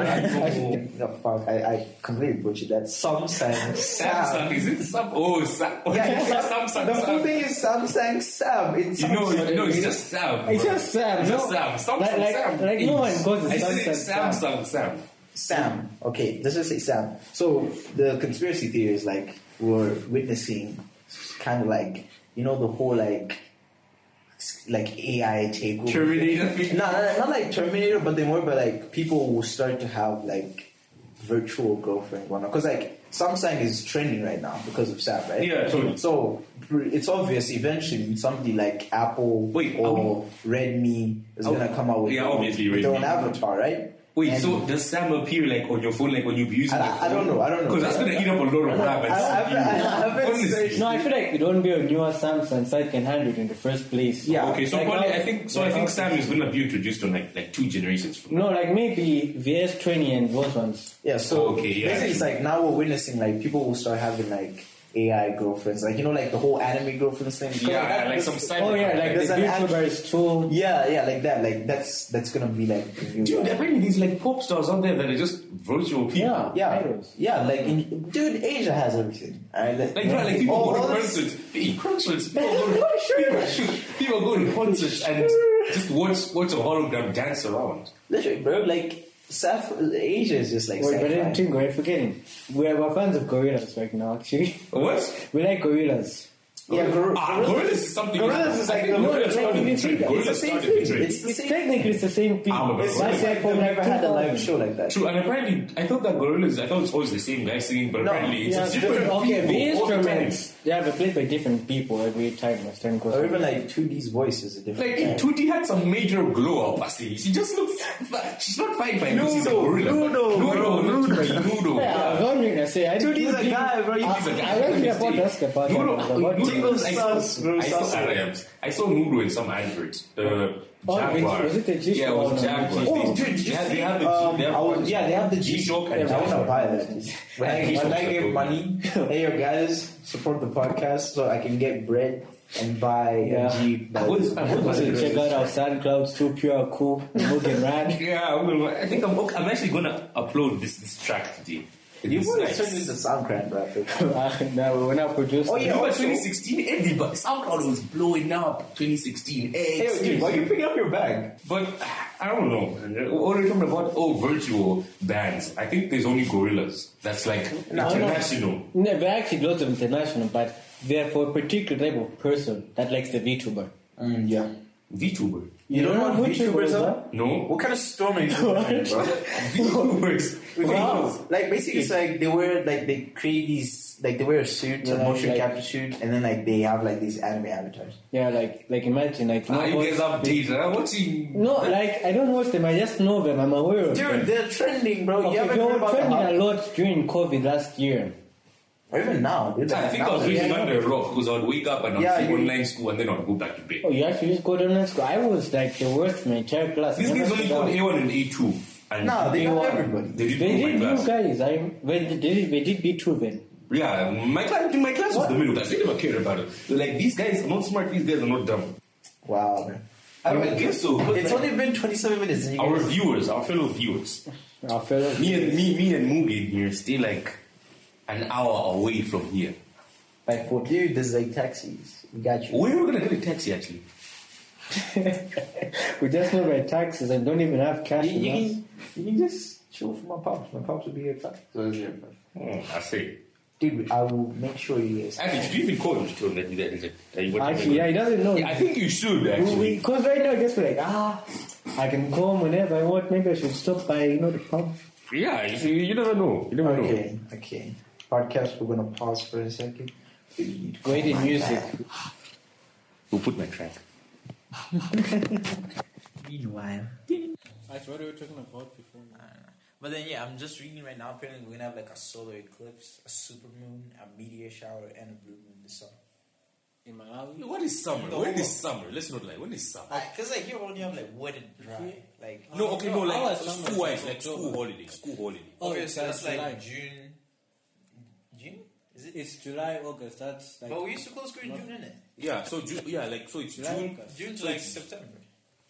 Speaker 1: no, fuck, I, I completely butchered that. Samsung Sam.
Speaker 3: Samsung, is it Sam? Oh, Sam.
Speaker 1: Yeah, it's
Speaker 3: Samsung.
Speaker 1: Sam- The full
Speaker 3: Sam.
Speaker 1: thing is Samsung Sam. It's
Speaker 3: You know,
Speaker 1: Samsung.
Speaker 3: you know, it's just Sam.
Speaker 2: It's
Speaker 3: bro.
Speaker 2: just Sam,
Speaker 3: It's just
Speaker 2: no.
Speaker 3: Sam. Sam,
Speaker 2: Like-
Speaker 3: Sam,
Speaker 2: like-
Speaker 3: Sam.
Speaker 2: like no one goes to
Speaker 3: I said
Speaker 2: Sam, Sam,
Speaker 3: Sam, Sam, Sam.
Speaker 1: Sam. Okay, let's just say Sam. So the conspiracy theory is like we're witnessing kind of like you know the whole like like AI takeover.
Speaker 2: Terminator.
Speaker 1: No, no, no, not like Terminator, but they more but like people will start to have like virtual girlfriend one because like Samsung is trending right now because of Sam, right?
Speaker 3: Yeah, totally.
Speaker 1: So pr- it's obvious eventually somebody like Apple
Speaker 3: Wait,
Speaker 1: or Redmi is
Speaker 3: Oh,
Speaker 1: gonna come out with
Speaker 3: yeah,
Speaker 1: their own-
Speaker 3: obviously
Speaker 1: with their
Speaker 3: Redmi.
Speaker 1: own avatar, right?
Speaker 3: Wait,
Speaker 1: And-
Speaker 3: so does Sam appear like on your phone, like when you be using
Speaker 1: I-
Speaker 3: your
Speaker 1: I don't know, I don't know.
Speaker 3: Because that's gonna eat up a lot of RAM.
Speaker 1: I,
Speaker 3: and
Speaker 1: I, haven't- I haven't
Speaker 3: Honestly.
Speaker 1: searched-
Speaker 2: No, I feel like it won't be a newer Samsung site can handle it in the first place.
Speaker 1: Yeah.
Speaker 3: Okay, so
Speaker 2: Like
Speaker 3: probably
Speaker 2: how-
Speaker 3: I think so. I
Speaker 2: like
Speaker 3: think
Speaker 2: how-
Speaker 3: Sam is gonna be introduced on like like two generations from.
Speaker 2: No, like maybe VS20 and those ones.
Speaker 1: Yeah, so
Speaker 3: Oh, Okay, yeah.
Speaker 1: basically it's like now we're witnessing like people will start having like AI girlfriends, like you know, like the whole anime girlfriends thing.
Speaker 3: Yeah, like some cyber.
Speaker 2: Oh yeah, like
Speaker 1: There's
Speaker 2: the
Speaker 1: an
Speaker 2: Beautiful
Speaker 1: act-
Speaker 2: Girls 2.
Speaker 1: yeah, yeah, like that. Like that's that's gonna be like the new
Speaker 3: dude.
Speaker 1: one.
Speaker 3: Apparently, these like pop stars out there that are just virtual people.
Speaker 2: Yeah.
Speaker 1: yeah,
Speaker 2: Idols.
Speaker 1: yeah, like in, dude, Asia has everything. Alright, like,
Speaker 3: Like, bro, like people
Speaker 1: all-
Speaker 3: go
Speaker 1: all
Speaker 3: to
Speaker 1: this-
Speaker 3: concerts, they eat concerts, people
Speaker 1: Man,
Speaker 3: go,
Speaker 1: go
Speaker 3: to,
Speaker 1: sure.
Speaker 3: people, shoot, people go to concerts and just watch watch a hologram dance around.
Speaker 1: literally, bro, like South Asia is just like.
Speaker 2: Wait, but then
Speaker 1: sci-fi.
Speaker 2: Tingo, we're forgetting. We're, we're fans of gorillas right now, actually.
Speaker 3: What?
Speaker 2: We like gorillas.
Speaker 1: yeah, gor-
Speaker 3: Ah, gorillas is something.
Speaker 1: Gorillas is
Speaker 3: I
Speaker 1: like
Speaker 3: think
Speaker 1: the-
Speaker 3: gorillas
Speaker 2: it's like
Speaker 3: started
Speaker 2: you
Speaker 3: the trend.
Speaker 2: think-
Speaker 3: Gorillas
Speaker 1: it's the same
Speaker 3: started the
Speaker 1: thing.
Speaker 3: trend.
Speaker 1: It's the same.
Speaker 2: Technically, it's the same thing.
Speaker 3: Ah, but
Speaker 2: It's
Speaker 1: It's
Speaker 3: Why
Speaker 2: like
Speaker 1: like
Speaker 2: iPhone
Speaker 1: they've
Speaker 2: never had a live show.
Speaker 1: like that.
Speaker 3: True, and apparently, I thought that gorillas. I thought it's always the same guy singing, but
Speaker 1: No,
Speaker 3: apparently it's
Speaker 2: Yeah,
Speaker 3: different.
Speaker 2: different. Okay, the
Speaker 3: people all the
Speaker 2: instruments. Yeah, but played by different people every time as time goes
Speaker 1: Or
Speaker 2: on.
Speaker 1: even like 2D's voice is a
Speaker 3: time. Like
Speaker 1: different.
Speaker 3: in
Speaker 1: thing.
Speaker 3: 2D had some major glow up, I see. She just looks. She's not fine by
Speaker 1: Ludo,
Speaker 3: she's a gorilla. but-
Speaker 1: Ludo,
Speaker 3: Ludo,
Speaker 1: bro,
Speaker 3: Ludo, Ludo.
Speaker 2: Yeah, I was wondering. I say, I
Speaker 1: Dude, he's a
Speaker 2: didn't-
Speaker 1: guy, bro. He's
Speaker 3: He's a guy.
Speaker 2: I don't care about us, the podcast.
Speaker 3: Nudo,
Speaker 2: It's about
Speaker 3: Nudo-
Speaker 1: Jingle
Speaker 3: I saw,
Speaker 1: Sus, bro,
Speaker 3: I saw,
Speaker 1: Sus.
Speaker 3: I, am- I saw Nudo in some advert. Uh,
Speaker 2: Oh,
Speaker 3: Jaguar.
Speaker 2: was it the G-Shock
Speaker 3: Yeah, it
Speaker 2: one?
Speaker 3: was Jaguar.
Speaker 1: Oh,
Speaker 3: They-
Speaker 1: dude, did
Speaker 3: they
Speaker 1: you
Speaker 3: have,
Speaker 1: see?
Speaker 3: they have the,
Speaker 1: um,
Speaker 3: they have
Speaker 1: I was, yeah, they have the G.
Speaker 3: G-Shock and
Speaker 1: Yeah, I want
Speaker 3: Jaguar.
Speaker 1: to buy that. When I, when I get money, hey, yo, guys, support the podcast so I can get bread and buy
Speaker 2: Yeah.
Speaker 1: a Jeep.
Speaker 3: I was- I was-
Speaker 2: So check out our SoundCloud, too pure, cool, Mugen Rad.
Speaker 3: Yeah, I'm gonna, I think I'm, okay, I'm actually going to upload this, this track today.
Speaker 1: You
Speaker 3: It's
Speaker 1: would have
Speaker 3: nice.
Speaker 1: turned into SoundCloud rapper.
Speaker 2: Ah, no, we're not produced.
Speaker 1: Oh, yeah,
Speaker 3: Remember
Speaker 1: also-
Speaker 3: 2016, everybody, SoundCloud was blowing up. 2016,
Speaker 1: Hey, yo, dude, why
Speaker 3: X.
Speaker 1: you picking up your bag?
Speaker 3: But I don't know. What are you talking about? Oh, virtual bands. I think there's only Gorillas. That's like international.
Speaker 2: No, they're actually lots of international, but they're for a particular type of person that likes the VTuber.
Speaker 1: Mm, yeah.
Speaker 3: VTuber.
Speaker 1: You don't
Speaker 2: know
Speaker 1: know what VTubers are?
Speaker 3: No?
Speaker 1: What kind of storm are you doing, bro?
Speaker 3: VTubers.
Speaker 1: Wow. Like basically, it's like they wear like they create these like they wear a suit,
Speaker 2: Yeah,
Speaker 1: a motion
Speaker 2: like-
Speaker 1: capture suit, and then like they have like these anime avatars.
Speaker 2: Yeah, like, like imagine, like,
Speaker 3: Ah, you
Speaker 2: what-
Speaker 3: guys have data. I'm watching.
Speaker 2: no, like, I don't watch them, I just know them, I'm aware of
Speaker 1: Dude,
Speaker 2: them.
Speaker 1: they're trending, bro. you
Speaker 2: Okay,
Speaker 1: haven't
Speaker 2: they
Speaker 1: heard
Speaker 2: were
Speaker 1: about
Speaker 2: trending
Speaker 1: the
Speaker 2: a lot during COVID last year.
Speaker 1: Or even now, dude.
Speaker 3: I
Speaker 1: like,
Speaker 3: think I
Speaker 1: now
Speaker 3: was
Speaker 1: they're
Speaker 3: really
Speaker 1: trending.
Speaker 3: under a rock because I would wake up and I'd
Speaker 1: Yeah,
Speaker 3: see
Speaker 1: you-
Speaker 3: online school and then I'd go back to bed.
Speaker 2: Oh, you actually just go to online school? I was like the worst in my entire class.
Speaker 3: These
Speaker 2: I never
Speaker 3: kids only
Speaker 2: stood
Speaker 3: got
Speaker 2: out.
Speaker 3: A1 and A2. And
Speaker 1: No, they
Speaker 2: They
Speaker 1: got
Speaker 2: were-
Speaker 1: everybody.
Speaker 3: they did
Speaker 2: They
Speaker 3: my
Speaker 2: did
Speaker 3: class.
Speaker 2: you guys. I when they did they did B two then.
Speaker 3: Yeah, my class, my class was the middle class. They never cared about it. They're like, these guys are not smart, these guys are not dumb.
Speaker 1: Wow. man.
Speaker 3: I, mean, I guess so. but
Speaker 1: It's
Speaker 3: like,
Speaker 1: only been 27 minutes. And you
Speaker 3: our
Speaker 1: guys-
Speaker 3: viewers, our fellow viewers,
Speaker 2: Our fellow
Speaker 3: me and me, me and Mugen here stay like an hour away from here.
Speaker 2: by foot.
Speaker 1: Dude, there's like taxis. We got you.
Speaker 3: Where are we gonna get a taxi actually?
Speaker 2: we just know by taxes and don't even have cash.
Speaker 1: You, you
Speaker 2: in us.
Speaker 1: can, you can just chill for my pops. My pops will be here. at five. So it's here.
Speaker 3: Oh, I see.
Speaker 1: Dude, I will make sure you guys.
Speaker 3: Actually, should you even call him to tell him that he- that he- that he- what
Speaker 2: Actually, yeah, he doesn't know.
Speaker 3: Yeah, I think you should actually.
Speaker 2: Because right now, I just feel like ah, I can come whenever I want. Maybe I should stop by you know the pub.
Speaker 3: Yeah, you, should- you never know. You never know.
Speaker 1: Okay, okay. Podcast, we're gonna pause for a second.
Speaker 2: Great in music.
Speaker 3: We'll put my track.
Speaker 1: Meanwhile.
Speaker 2: Actually, what were we talking about before?
Speaker 1: But then yeah, I'm just reading right now. Apparently, we're gonna have like a solar eclipse, a supermoon, a meteor shower, and a blue moon this summer.
Speaker 2: In Malawi.
Speaker 3: What is summer?
Speaker 1: No.
Speaker 3: When is summer? Let's not lie. When is summer?
Speaker 1: Because like here we only have like wet and dry. Like
Speaker 3: No, okay, no,
Speaker 2: No, our
Speaker 3: like
Speaker 2: summer
Speaker 3: school
Speaker 2: is
Speaker 3: wise,
Speaker 2: in
Speaker 3: like school holiday, school holiday.
Speaker 2: Oh,
Speaker 1: okay,
Speaker 2: it's
Speaker 1: so that's
Speaker 2: like
Speaker 1: like
Speaker 2: July.
Speaker 1: June. June? Is it?
Speaker 2: It's July, August. That's like
Speaker 1: But we used to close school in June, didn't it?
Speaker 3: Yeah, so Ju- yeah, like so it's
Speaker 2: July,
Speaker 3: June,
Speaker 2: August.
Speaker 1: June to like September.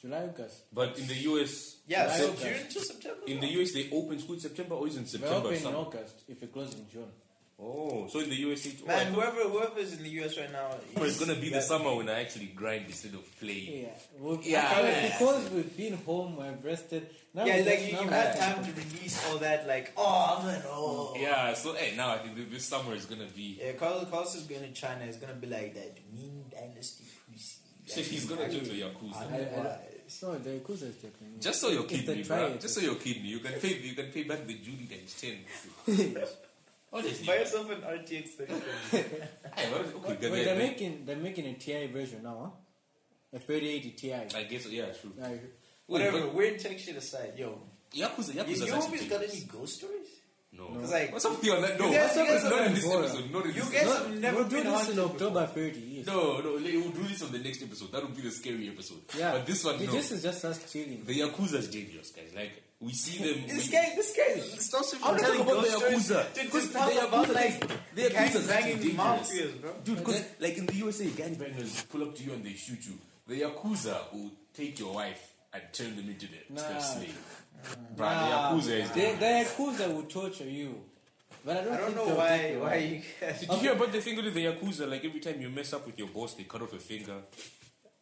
Speaker 2: July, August.
Speaker 3: but in the US,
Speaker 1: Yeah,
Speaker 2: July,
Speaker 1: so
Speaker 2: August.
Speaker 1: June to September.
Speaker 3: in the US they open school in September or is it in
Speaker 2: We're
Speaker 3: September?
Speaker 2: open in
Speaker 3: Summer?
Speaker 2: August if we close in June.
Speaker 3: Oh, so in the USA, oh, I
Speaker 1: Man,
Speaker 3: thought
Speaker 1: whoever whoever's in the US right now,
Speaker 3: summer is gonna be the
Speaker 1: yeah.
Speaker 3: summer when I actually grind instead of play.
Speaker 2: Yeah, well,
Speaker 3: Yeah,
Speaker 2: actually,
Speaker 3: yeah.
Speaker 2: because we've been home, I've rested. Now
Speaker 1: Yeah,
Speaker 2: we
Speaker 1: like
Speaker 2: just-
Speaker 1: you,
Speaker 2: now
Speaker 1: you
Speaker 2: we
Speaker 1: have
Speaker 2: just-
Speaker 1: time to release all that. Like, oh, I'm like, oh.
Speaker 3: Yeah, so hey, now I think th- this summer is gonna be.
Speaker 1: Yeah, Carlos, Carlos is going to China. It's going to be like that mean dynasty pussy.
Speaker 4: So if he's gonna join the yakuza,
Speaker 1: I- I-
Speaker 2: it's not the Yakuza is different.
Speaker 4: just so your
Speaker 2: It's the
Speaker 4: kidney,
Speaker 2: triad.
Speaker 4: bruh. Just so your kidney, you can pay. You can pay back the Judy times ten. Honestly,
Speaker 1: Buy yourself an RTX 30.
Speaker 4: Aye, but okay,
Speaker 2: Wait,
Speaker 4: then-
Speaker 2: they're
Speaker 4: then-
Speaker 2: making they're making a TI version now, huh? A 3080 Ti.
Speaker 4: I guess yeah, true.
Speaker 2: Like,
Speaker 1: Whatever, weird tech shit aside, yo.
Speaker 4: Yakuza,
Speaker 1: You,
Speaker 4: Yakuza's
Speaker 1: you
Speaker 4: actually
Speaker 1: homies got
Speaker 4: dangerous.
Speaker 1: any ghost stories?
Speaker 4: No.
Speaker 1: It's like-
Speaker 4: what's up with you on that? No,
Speaker 1: You guys- you guys
Speaker 4: not
Speaker 1: are
Speaker 4: in this
Speaker 2: bored.
Speaker 4: episode. Not in
Speaker 1: You
Speaker 4: this
Speaker 1: guys-
Speaker 4: episode.
Speaker 1: I've never
Speaker 2: we'll do
Speaker 1: been
Speaker 2: this in
Speaker 1: haunted
Speaker 2: October 30. Yes.
Speaker 4: No, no, like, we'll do this on the next episode. That will be the scary episode.
Speaker 2: Yeah,
Speaker 4: But this one, no.
Speaker 2: This is just us chilling.
Speaker 4: the Yakuza's dangerous, guys. Like, we see them.
Speaker 1: This
Speaker 4: we-
Speaker 1: guy, this guy stops you from
Speaker 4: I'm not
Speaker 1: telling
Speaker 4: talking about the
Speaker 1: ghost stories.
Speaker 4: Yakuza.
Speaker 1: Dude,
Speaker 4: Because
Speaker 1: just
Speaker 4: the
Speaker 1: talk about
Speaker 4: Yakuza
Speaker 1: like
Speaker 4: is- the Yakuza is actually
Speaker 1: gangbanging
Speaker 4: dangerous.
Speaker 1: mafias, bro.
Speaker 4: Dude, because like in the USA, gangbangers pull up to you and they shoot you. The Yakuza will take your wife and turn them into their,
Speaker 2: Nah.
Speaker 4: their slave. Bruh,
Speaker 2: Ah,
Speaker 4: the Yakuza is
Speaker 2: the,
Speaker 4: dangerous.
Speaker 2: the Yakuza will torture you. But I don't,
Speaker 1: I don't
Speaker 2: think
Speaker 1: know
Speaker 2: they'll
Speaker 1: why
Speaker 2: take
Speaker 1: why you guys.
Speaker 4: Did you hear about the thing with the Yakuza? Like every time you mess up with your boss, they cut off your finger.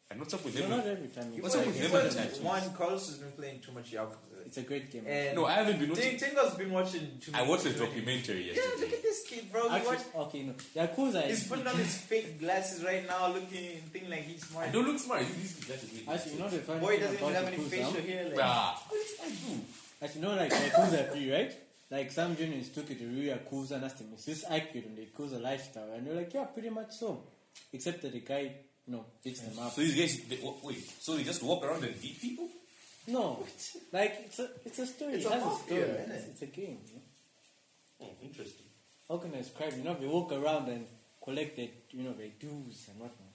Speaker 4: And what's up with
Speaker 2: it. No,
Speaker 4: them?
Speaker 2: not every time. You
Speaker 4: What's up
Speaker 2: play
Speaker 4: with
Speaker 2: it.
Speaker 4: them
Speaker 1: Even
Speaker 4: and the tattoos?
Speaker 1: One, Carlos has been playing too much Yakuza.
Speaker 2: It's a great game.
Speaker 1: And
Speaker 4: No, I haven't been
Speaker 1: Ting-
Speaker 4: watching.
Speaker 1: Tingo's been watching too much.
Speaker 4: I watched a
Speaker 1: Yakuza.
Speaker 4: documentary
Speaker 1: Yeah, look
Speaker 4: yesterday.
Speaker 1: at this kid, bro. He
Speaker 2: Actually,
Speaker 1: watched,
Speaker 2: okay, no. Yakuza
Speaker 1: he's
Speaker 2: is.
Speaker 1: putting on his fake glasses right now, looking thing like he's smart.
Speaker 4: I don't look smart. You these guys are really
Speaker 2: Actually, you know the funny
Speaker 1: Boy
Speaker 2: thing
Speaker 1: doesn't even
Speaker 2: about
Speaker 1: have any
Speaker 2: Yakuza?
Speaker 1: facial hair. Like,
Speaker 4: Nah.
Speaker 2: As you know, like Yakuza 3, right? Like some journalists took it to real Yakuza and asked him, is this accurate on the Yakuza lifestyle? And they're like, yeah, pretty much so. Except that the guy, you know, beats them up.
Speaker 4: So these guys, they, wa- wait, so they just walk around and beat people?
Speaker 2: No. Like, it's a, it's a story.
Speaker 1: It's
Speaker 2: it
Speaker 1: a
Speaker 2: has a,
Speaker 1: mafia,
Speaker 2: story.
Speaker 1: isn't
Speaker 2: It's,
Speaker 1: it?
Speaker 2: it's a game. You know?
Speaker 4: Oh, interesting.
Speaker 2: Organized crime. You know, they walk around and collect the, you know, the dues and whatnot.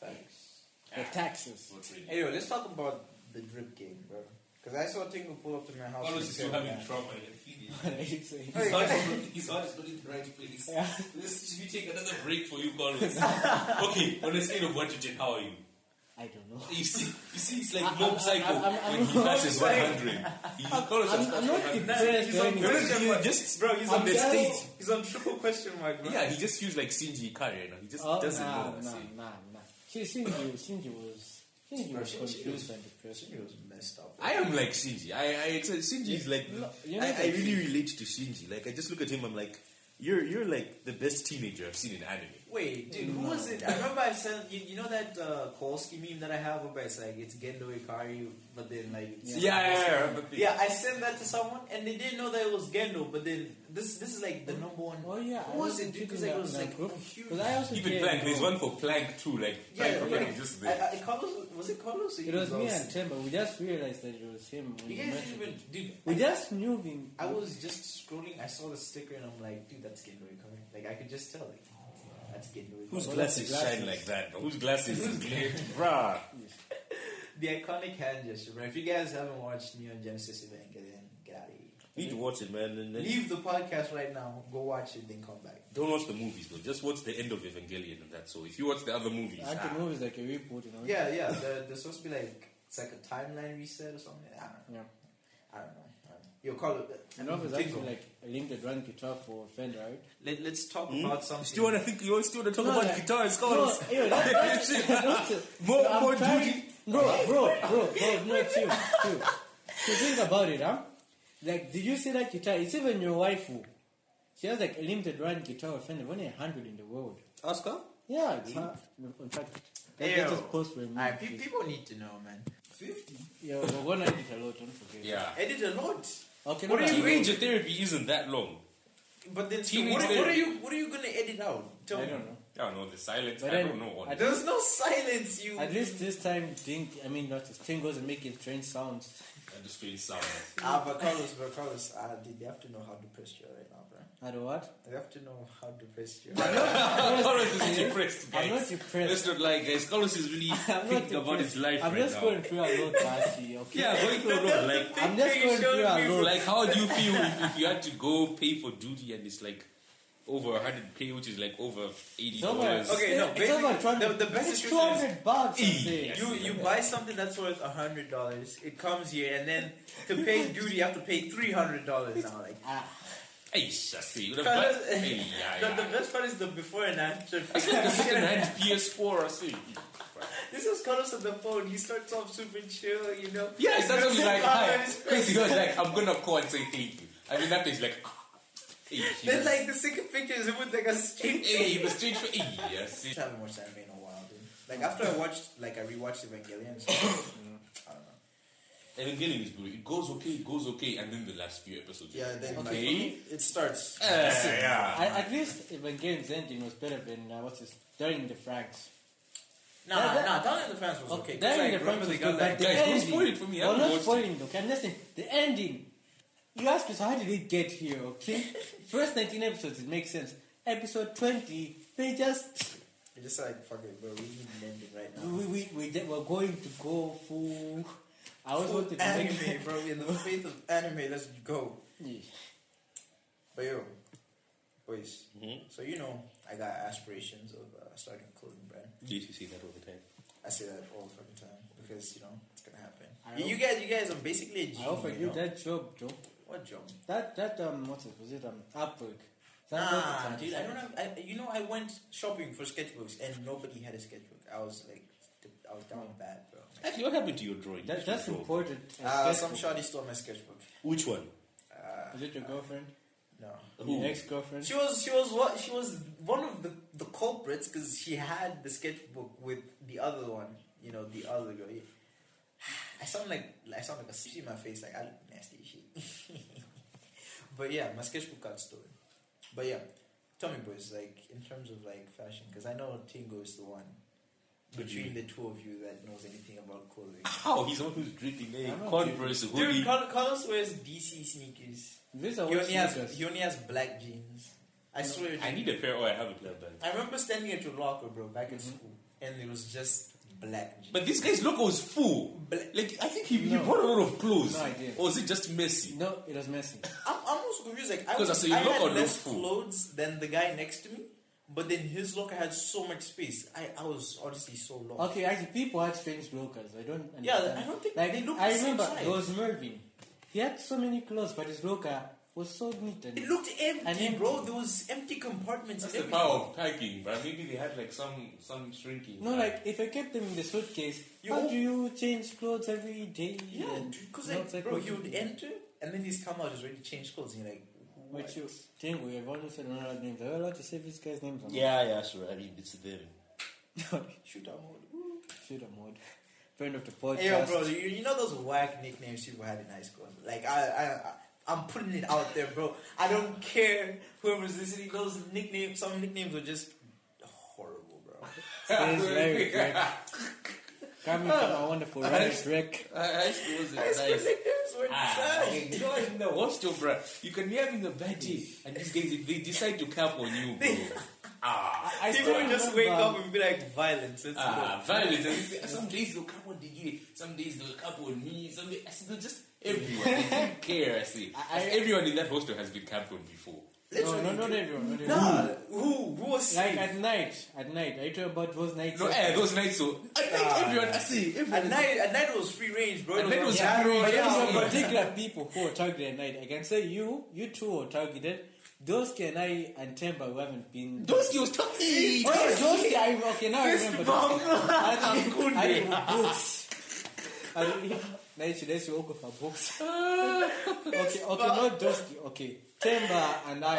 Speaker 1: Thanks.
Speaker 2: The taxes.
Speaker 4: Not really.
Speaker 1: Anyway, let's talk about the drip game, bro. Because I saw Tingo pull up to my house.
Speaker 4: Carlos
Speaker 1: with
Speaker 4: is
Speaker 1: a
Speaker 4: still
Speaker 1: pair of
Speaker 4: having
Speaker 1: guns.
Speaker 4: trauma. I can feel it.
Speaker 2: What are you saying?
Speaker 1: Hey,
Speaker 4: His heart is not- His heart is not in the right place.
Speaker 2: Yeah.
Speaker 4: Let's- Should we take another break for you, Carlos? okay, on a scale of 1 to 10, how are you?
Speaker 2: I don't know.
Speaker 4: You see, you see, it's
Speaker 2: I-
Speaker 4: like
Speaker 2: I-
Speaker 4: mob
Speaker 2: I-
Speaker 4: psycho
Speaker 2: I'm- I'm-
Speaker 4: when he
Speaker 2: I'm-
Speaker 4: passes
Speaker 1: I'm-
Speaker 4: 100. He Carlos has
Speaker 2: I'm,
Speaker 4: passed
Speaker 2: I'm not
Speaker 4: 100.
Speaker 2: depressed or
Speaker 1: He's on-
Speaker 2: anything.
Speaker 4: No, no, no, just-
Speaker 1: bro, he's on
Speaker 2: I'm
Speaker 1: the
Speaker 2: telling-
Speaker 1: stage. He's on triple question mark, bro.
Speaker 4: Yeah, he just feels like Shinji Ikari right now. He just
Speaker 2: Oh,
Speaker 4: doesn't
Speaker 2: nah,
Speaker 4: know.
Speaker 2: nah,
Speaker 4: see.
Speaker 2: nah, nah. She, Shinji, Shinji was, Shinji
Speaker 1: Bro,
Speaker 2: was
Speaker 1: Shinji
Speaker 2: confused
Speaker 1: was-
Speaker 2: and depressed.
Speaker 1: He was messed up.
Speaker 4: I am like Shinji. I, I Shinji is like
Speaker 2: No, you're not
Speaker 4: I, I
Speaker 2: like
Speaker 4: really relate to Shinji. Like I just look at him, I'm like, you're you're like the best teenager I've seen in anime.
Speaker 1: Wait, dude, who was it? I remember I said, you, you know that uh, Kowalski meme that I have where it's like, it's Gendo Ikari, but then like... It's
Speaker 2: Yeah.
Speaker 4: yeah, yeah.
Speaker 1: Yeah, I sent that to someone, and they didn't know that it was Gendo. But then this this is like the number one.
Speaker 2: Oh yeah,
Speaker 1: who was it? Because it was like "Oh, a huge.
Speaker 2: Because I also
Speaker 4: Even
Speaker 2: did,
Speaker 4: Plank,
Speaker 2: you
Speaker 4: there's
Speaker 2: know,
Speaker 4: one for Plank too. Like Plank
Speaker 1: yeah,
Speaker 4: for
Speaker 1: yeah.
Speaker 4: Plank is just there.
Speaker 1: I, I, Carlos, was it Carlos? Or
Speaker 2: It
Speaker 1: you
Speaker 2: was me
Speaker 1: guys?
Speaker 2: and Temba. We just realized that it was him. When
Speaker 1: You
Speaker 2: you
Speaker 1: guys
Speaker 2: mentioned
Speaker 1: didn't even,
Speaker 2: it.
Speaker 1: dude.
Speaker 2: We just knew him.
Speaker 1: I was just scrolling. I saw the sticker, and I'm like, dude, that's Gendo Ikari. Like I could just tell, like that's Gendo Ikari.
Speaker 4: Whose
Speaker 2: Well,
Speaker 4: glasses,
Speaker 2: that's the
Speaker 4: shine
Speaker 2: glasses.
Speaker 4: like that? But whose glasses is clear? Bruh.
Speaker 1: the iconic hand gesture. Bro. If you guys haven't watched Neon Genesis Evangelion, get out of here.
Speaker 4: Need to watch it, man. And then
Speaker 1: Leave the podcast right now. Go watch it, then come back.
Speaker 4: Don't watch the movies, though. Just watch the end of Evangelion and that's all. If you watch the other movies,
Speaker 2: I
Speaker 4: ah,
Speaker 2: can move is like a reboot, you know.
Speaker 1: Yeah, yeah. there- There's supposed to be like it's like a timeline reset or something. I don't know.
Speaker 2: Yeah.
Speaker 1: I don't know. I don't know. Yo, call it. uh,
Speaker 2: And Nova is
Speaker 1: Tinko,
Speaker 2: actually like a limited run guitar for Fender, right?
Speaker 1: Let, let's talk about something.
Speaker 4: still want to think you always still want to talk
Speaker 2: No,
Speaker 4: about
Speaker 2: like-
Speaker 4: guitars,
Speaker 2: No,
Speaker 4: Carlos.
Speaker 2: ew, that- that's, that's a-
Speaker 4: More-
Speaker 2: I'm
Speaker 4: more
Speaker 2: trying-
Speaker 4: duty.
Speaker 2: Bro, bro, bro, bro, no, chill, chill. So think about it, huh? Like, did you see that guitar? It's even your waifu. She has like a limited run guitar offender, only a hundred in the world.
Speaker 4: Ask her.
Speaker 2: Yeah, it's her. In fact,
Speaker 1: Ew.
Speaker 2: let's just post for a
Speaker 1: Alright,
Speaker 2: minute.
Speaker 1: pe- people need to know, man.
Speaker 2: Yeah, we're gonna edit a lot, don't forget.
Speaker 4: Yeah.
Speaker 1: Edit a lot.
Speaker 2: Okay,
Speaker 1: What
Speaker 2: no,
Speaker 1: do you
Speaker 2: no,
Speaker 4: Teenager therapy isn't that long.
Speaker 1: But then,
Speaker 4: Teenage
Speaker 1: what, what
Speaker 4: Lady.
Speaker 1: are you? What are you gonna edit out? Tell
Speaker 2: I
Speaker 1: me.
Speaker 2: don't know.
Speaker 4: I don't know the silence.
Speaker 2: But
Speaker 4: I
Speaker 2: then-
Speaker 4: don't know what.
Speaker 2: I-
Speaker 1: There's no silence. You.
Speaker 2: At least this time, Dink, I mean, not Ting goes and making strange sounds.
Speaker 4: I just feel silence.
Speaker 1: Ah, but Carlos, but Carlos, ah, dude, they have to know how depressed you are right now, bro.
Speaker 2: I do what?
Speaker 1: They have to know how depressed you are.
Speaker 4: Carlos is depressed, guys.
Speaker 2: I'm not depressed.
Speaker 4: Let's not lie, guys. Carlos is really
Speaker 2: I'm not
Speaker 4: thinking about his
Speaker 2: depressed.
Speaker 4: life
Speaker 2: I'm
Speaker 4: right
Speaker 2: just
Speaker 4: now.
Speaker 2: going through a lot, Basi, okay?
Speaker 4: yeah, going through a lot. Like,
Speaker 2: I'm just going through a lot.
Speaker 4: like, how do you feel if, if you had to go pay for duty and it's like over 100k, which is like over 80 dollars?
Speaker 1: Okay, no,
Speaker 2: it's over
Speaker 1: basically,
Speaker 2: 200,
Speaker 1: the- the best
Speaker 2: it's
Speaker 1: excuse
Speaker 2: 200 bucks. I'm
Speaker 4: Eee,
Speaker 2: saying.
Speaker 4: yes.
Speaker 1: You you buy something that's worth a hundred dollars. It comes here, and then to pay duty, you have to pay three hundred dollars now. Like
Speaker 2: uh,
Speaker 4: Hey, shasi. The,
Speaker 1: Carlos-
Speaker 4: hey, yeah,
Speaker 1: the,
Speaker 4: yeah.
Speaker 1: the best part is the before and after.
Speaker 4: It's like a second-hand PS4 or something.
Speaker 1: This is Carlos on the phone. He starts off super chill, you know.
Speaker 4: Yeah, it's
Speaker 1: He
Speaker 4: that's
Speaker 1: goes
Speaker 4: be like,
Speaker 1: out
Speaker 4: hi.
Speaker 1: on his
Speaker 4: Because he was like, I'm gonna call and say thank you. I mean, after he's like, hey,
Speaker 1: Then
Speaker 4: Jesus.
Speaker 1: like the second picture is with like a straight.
Speaker 4: hey, the street for hey, yes.
Speaker 1: haven't watched anime in a while, dude. Like after I watched, like I rewatched Evangelion. So, I don't know.
Speaker 4: Evangelion is brutal. It goes okay, it goes okay, and then the last few episodes.
Speaker 1: Yeah, then
Speaker 4: okay.
Speaker 1: like, it starts.
Speaker 4: Eh, yeah.
Speaker 2: I, at least Evangelion's ending was better than uh, what's his during the Franks.
Speaker 1: No,
Speaker 2: Yeah,
Speaker 1: no,
Speaker 2: that-
Speaker 1: no. Down in Oh, the France was okay.
Speaker 2: Okay,
Speaker 1: 'cause,
Speaker 2: during
Speaker 1: like,
Speaker 2: the Franks
Speaker 1: remember
Speaker 2: was
Speaker 1: they got
Speaker 2: good, but
Speaker 1: like
Speaker 2: the
Speaker 4: guys, don't
Speaker 2: ending.
Speaker 4: spoil it for me, I
Speaker 2: Well,
Speaker 4: haven't
Speaker 2: not
Speaker 4: watched
Speaker 2: spoiling. it. Okay, I'm just saying the ending. You ask yourself, how did it get here? Okay, first 19 episodes, it makes sense. Episode 20, they just
Speaker 1: they just like fuck it, bro. We need an ending right now.
Speaker 2: we we we de- we're going to go full. I always
Speaker 1: Full
Speaker 2: wanted to make
Speaker 1: anime, bro. In the faith of anime, let's go.
Speaker 2: Yeah.
Speaker 1: But yo, boys.
Speaker 4: Mm-hmm.
Speaker 1: So you know, I got aspirations of uh, starting a clothing brand.
Speaker 3: You used to see that all the time.
Speaker 1: I say that all the fucking time because you know it's gonna happen.
Speaker 2: I
Speaker 1: You, you guys, you guys are basically a genie.
Speaker 2: I offered
Speaker 1: you
Speaker 2: you
Speaker 1: know?
Speaker 2: that job, Joe.
Speaker 1: What job?
Speaker 2: That that um, what was it? Um, Upwork. That
Speaker 1: Nah,
Speaker 2: was it,
Speaker 1: dude, I don't have. I, you know, I went shopping for sketchbooks and nobody had a sketchbook. I was like, I was down bad, bro.
Speaker 3: Actually, what happened to your drawing?
Speaker 2: That, that's important.
Speaker 1: Uh,
Speaker 2: Especially-
Speaker 1: some shawty stole my sketchbook. Uh,
Speaker 3: Which one?
Speaker 2: Is it your girlfriend?
Speaker 1: No,
Speaker 3: Who?
Speaker 2: Your ex-girlfriend?
Speaker 1: she was she was what she was one of the the culprits because she had the sketchbook with the other one. You know, the other girl. Yeah. I sound like I sound like a see my face like I look nasty shit. but yeah, my sketchbook got stolen. But yeah, tell me, boys, like in terms of like fashion, because I know Tingo is the one between the two of you that knows anything about clothing.
Speaker 3: How? He's the one who's drinking a
Speaker 2: I'm not
Speaker 3: Converse
Speaker 1: Dude,
Speaker 3: hoodie.
Speaker 1: Carl- Carlos wears DC sneakers.
Speaker 2: These
Speaker 1: He
Speaker 2: are
Speaker 1: only
Speaker 2: what
Speaker 1: has
Speaker 2: sneakers.
Speaker 1: he only has black jeans. I swear. to
Speaker 3: I
Speaker 1: you.
Speaker 3: need a pair or I have a black bag.
Speaker 1: I remember standing at your locker, bro, back in school, and it was just black jeans.
Speaker 3: But this guy's logo is full.
Speaker 1: Bla-
Speaker 3: Like, I think he, he
Speaker 2: No.
Speaker 3: bought a lot of clothes.
Speaker 2: No idea.
Speaker 3: Or is it just messy?
Speaker 2: No, it was messy.
Speaker 1: I'm, I'm also confused. Like, I,
Speaker 3: 'Cause I
Speaker 1: was,
Speaker 3: said,
Speaker 1: I
Speaker 3: your
Speaker 1: had
Speaker 3: locker
Speaker 1: less
Speaker 3: looks full.
Speaker 1: clothes than the guy next to me, but then his locker had so much space. I, I was honestly so lost.
Speaker 2: Okay, actually, people had strange brokers. I don't understand.
Speaker 1: Yeah, I don't think
Speaker 2: like,
Speaker 1: they look
Speaker 2: I
Speaker 1: the same
Speaker 2: remember
Speaker 1: size.
Speaker 2: it was Mervin. He had so many clothes, but his broker was so neat and
Speaker 1: It looked empty,
Speaker 2: And empty.
Speaker 1: bro. There was empty compartments.
Speaker 4: That's
Speaker 1: and
Speaker 4: the
Speaker 1: everything.
Speaker 4: power of packing, but maybe they had like some some shrinking.
Speaker 2: no, like if I kept them in the suitcase,
Speaker 1: You
Speaker 2: how
Speaker 1: all-
Speaker 2: do you change clothes every day?
Speaker 1: Yeah,
Speaker 2: and
Speaker 1: because
Speaker 2: not
Speaker 1: like, bro,
Speaker 2: what
Speaker 1: he would enter and then he's come out, he's already changed clothes, and you're like, what?
Speaker 2: Which you think we have always said another name. Are we allowed to say this guy's name?
Speaker 3: Yeah, yeah, sure. I mean, it's them.
Speaker 1: Shoot out mode. Woo.
Speaker 2: Shoot him, mode. Friend of the podcast.
Speaker 1: Hey, yo, bro, you, you know those whack nicknames people had in high school? Like, I, I, I, I'm putting it out there, bro. I don't care whoever's listening. Those nicknames, some nicknames were just horrible, bro.
Speaker 2: Says Larry Drake. Coming from a wonderful Larry Drake.
Speaker 4: I, I suppose
Speaker 1: Those
Speaker 4: it's nice.
Speaker 1: nicknames were
Speaker 4: Ah,
Speaker 1: trash.
Speaker 4: okay, God, no, what's your bro? You can be having a bad day, and these guys, if they decide to cap on you, bro, ah,
Speaker 2: I
Speaker 1: People
Speaker 2: still
Speaker 1: would just wake
Speaker 2: remember-
Speaker 1: up and be like, violence. Let's
Speaker 4: ah, violence. And they- some days they'll cap on Diggy, some days they'll cap on me, some days, I see, they'll just everyone. They don't care, I see.
Speaker 2: I- I-
Speaker 4: everyone in that hostel has been capped on before.
Speaker 1: go.
Speaker 2: No,
Speaker 1: Literally,
Speaker 2: no, not
Speaker 1: dude.
Speaker 2: everyone. Not everyone.
Speaker 1: Nah, who, who was
Speaker 2: Like
Speaker 1: safe?
Speaker 2: at night, at night. I talk about those nights.
Speaker 4: No, eh, those nights, so I think
Speaker 1: Ah,
Speaker 4: everyone, I see, everyone.
Speaker 1: At night, at night it was free range, bro.
Speaker 4: At night it was
Speaker 1: on
Speaker 4: free
Speaker 1: Yarrow,
Speaker 4: range,
Speaker 2: But
Speaker 1: yeah.
Speaker 2: those are particular people who are targeted at night. I can say you, you two were targeted. Dosuke and I and Temba who haven't been.
Speaker 4: Those eh, was talking.
Speaker 2: Oh, yeah, Dosuke, I, okay, now I
Speaker 1: Fist
Speaker 2: remember.
Speaker 1: bump.
Speaker 2: I didn't books. I didn't. Now should let you for books. okay, okay, not Dosuke. Okay, Temba and I.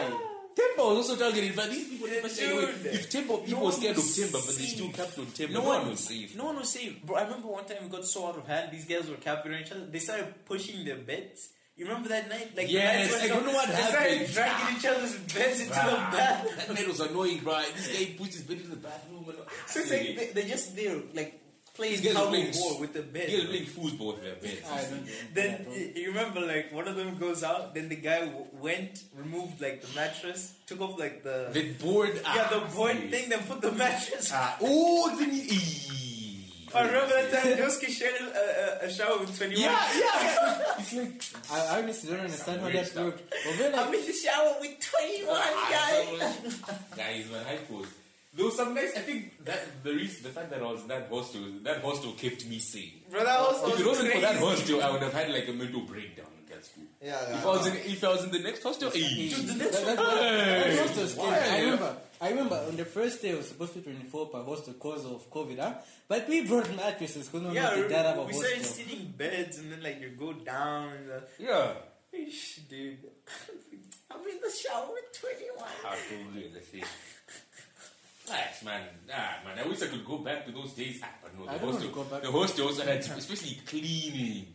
Speaker 4: Temper was also targeted, but these people never said
Speaker 1: Dude.
Speaker 4: if Temper people
Speaker 1: No
Speaker 4: were scared of
Speaker 1: one
Speaker 4: Temper, but they still
Speaker 1: saved.
Speaker 4: capped on Temper.
Speaker 1: No one
Speaker 4: was safe.
Speaker 1: No one was safe. Bro, I remember one time we got so out of hand. These guys were capturing each other. They started pushing their beds. You remember that night? Like the
Speaker 4: Yes,
Speaker 1: lights went
Speaker 4: I don't
Speaker 1: off.
Speaker 4: know what
Speaker 1: they
Speaker 4: happened.
Speaker 1: started dragging each other's beds into the bath.
Speaker 4: That man was annoying, bro. This guy pushed his bed into the bathroom. And,
Speaker 1: So it's like they, they're just there, like playing
Speaker 4: These guys are
Speaker 1: tug
Speaker 4: playing
Speaker 1: of war with the bed.
Speaker 4: He was playing foosball with their beds.
Speaker 2: I don't.
Speaker 1: Then y- you remember, like one of them goes out. Then the guy w- went, removed like the mattress, took off like the
Speaker 4: The Ah, board.
Speaker 1: yeah the board thing, then put the mattress.
Speaker 4: Oh, then he.
Speaker 2: Oh,
Speaker 1: I remember that time Joski shared a, a, a shower with twenty one.
Speaker 4: Yeah, yeah.
Speaker 2: It's like I, I honestly don't understand how
Speaker 4: weird
Speaker 2: that
Speaker 4: stuff.
Speaker 2: worked. But when
Speaker 1: I'm
Speaker 2: I,
Speaker 1: in the shower with
Speaker 2: Oh,
Speaker 1: 21
Speaker 4: Ah,
Speaker 1: guys.
Speaker 4: Guys, my hype was. There was some nights. I think that the reason, the fact that I was in that hostel, that hostel kept me sane.
Speaker 1: Bro, that was
Speaker 4: If it wasn't for that
Speaker 1: crazy.
Speaker 4: hostel, I would have had like a mental breakdown in that school.
Speaker 1: Yeah,
Speaker 4: If I was in, if I was in the next hostel, eh,
Speaker 1: Dude, the
Speaker 2: that,
Speaker 1: next one.
Speaker 2: that, that,
Speaker 4: Hey!
Speaker 2: that hostel scale,
Speaker 4: Why?
Speaker 2: I remember. I remember on the first day it was supposed to be 24 per hostel because of COVID, huh? But we brought mattresses because no one
Speaker 1: Yeah,
Speaker 2: could that up a
Speaker 1: we started
Speaker 2: hostel.
Speaker 1: sitting beds and then like you go down and uh,
Speaker 4: yeah.
Speaker 1: Eesh, dude. I'm in the shower with 21.
Speaker 4: I told you the thing. Gosh, man, ah, man, I wish I could go back to those days. Ah, but no,
Speaker 2: I
Speaker 4: the
Speaker 2: don't want to
Speaker 4: hostel,
Speaker 2: go back
Speaker 4: the
Speaker 2: to-
Speaker 4: hostels, and especially cleaning.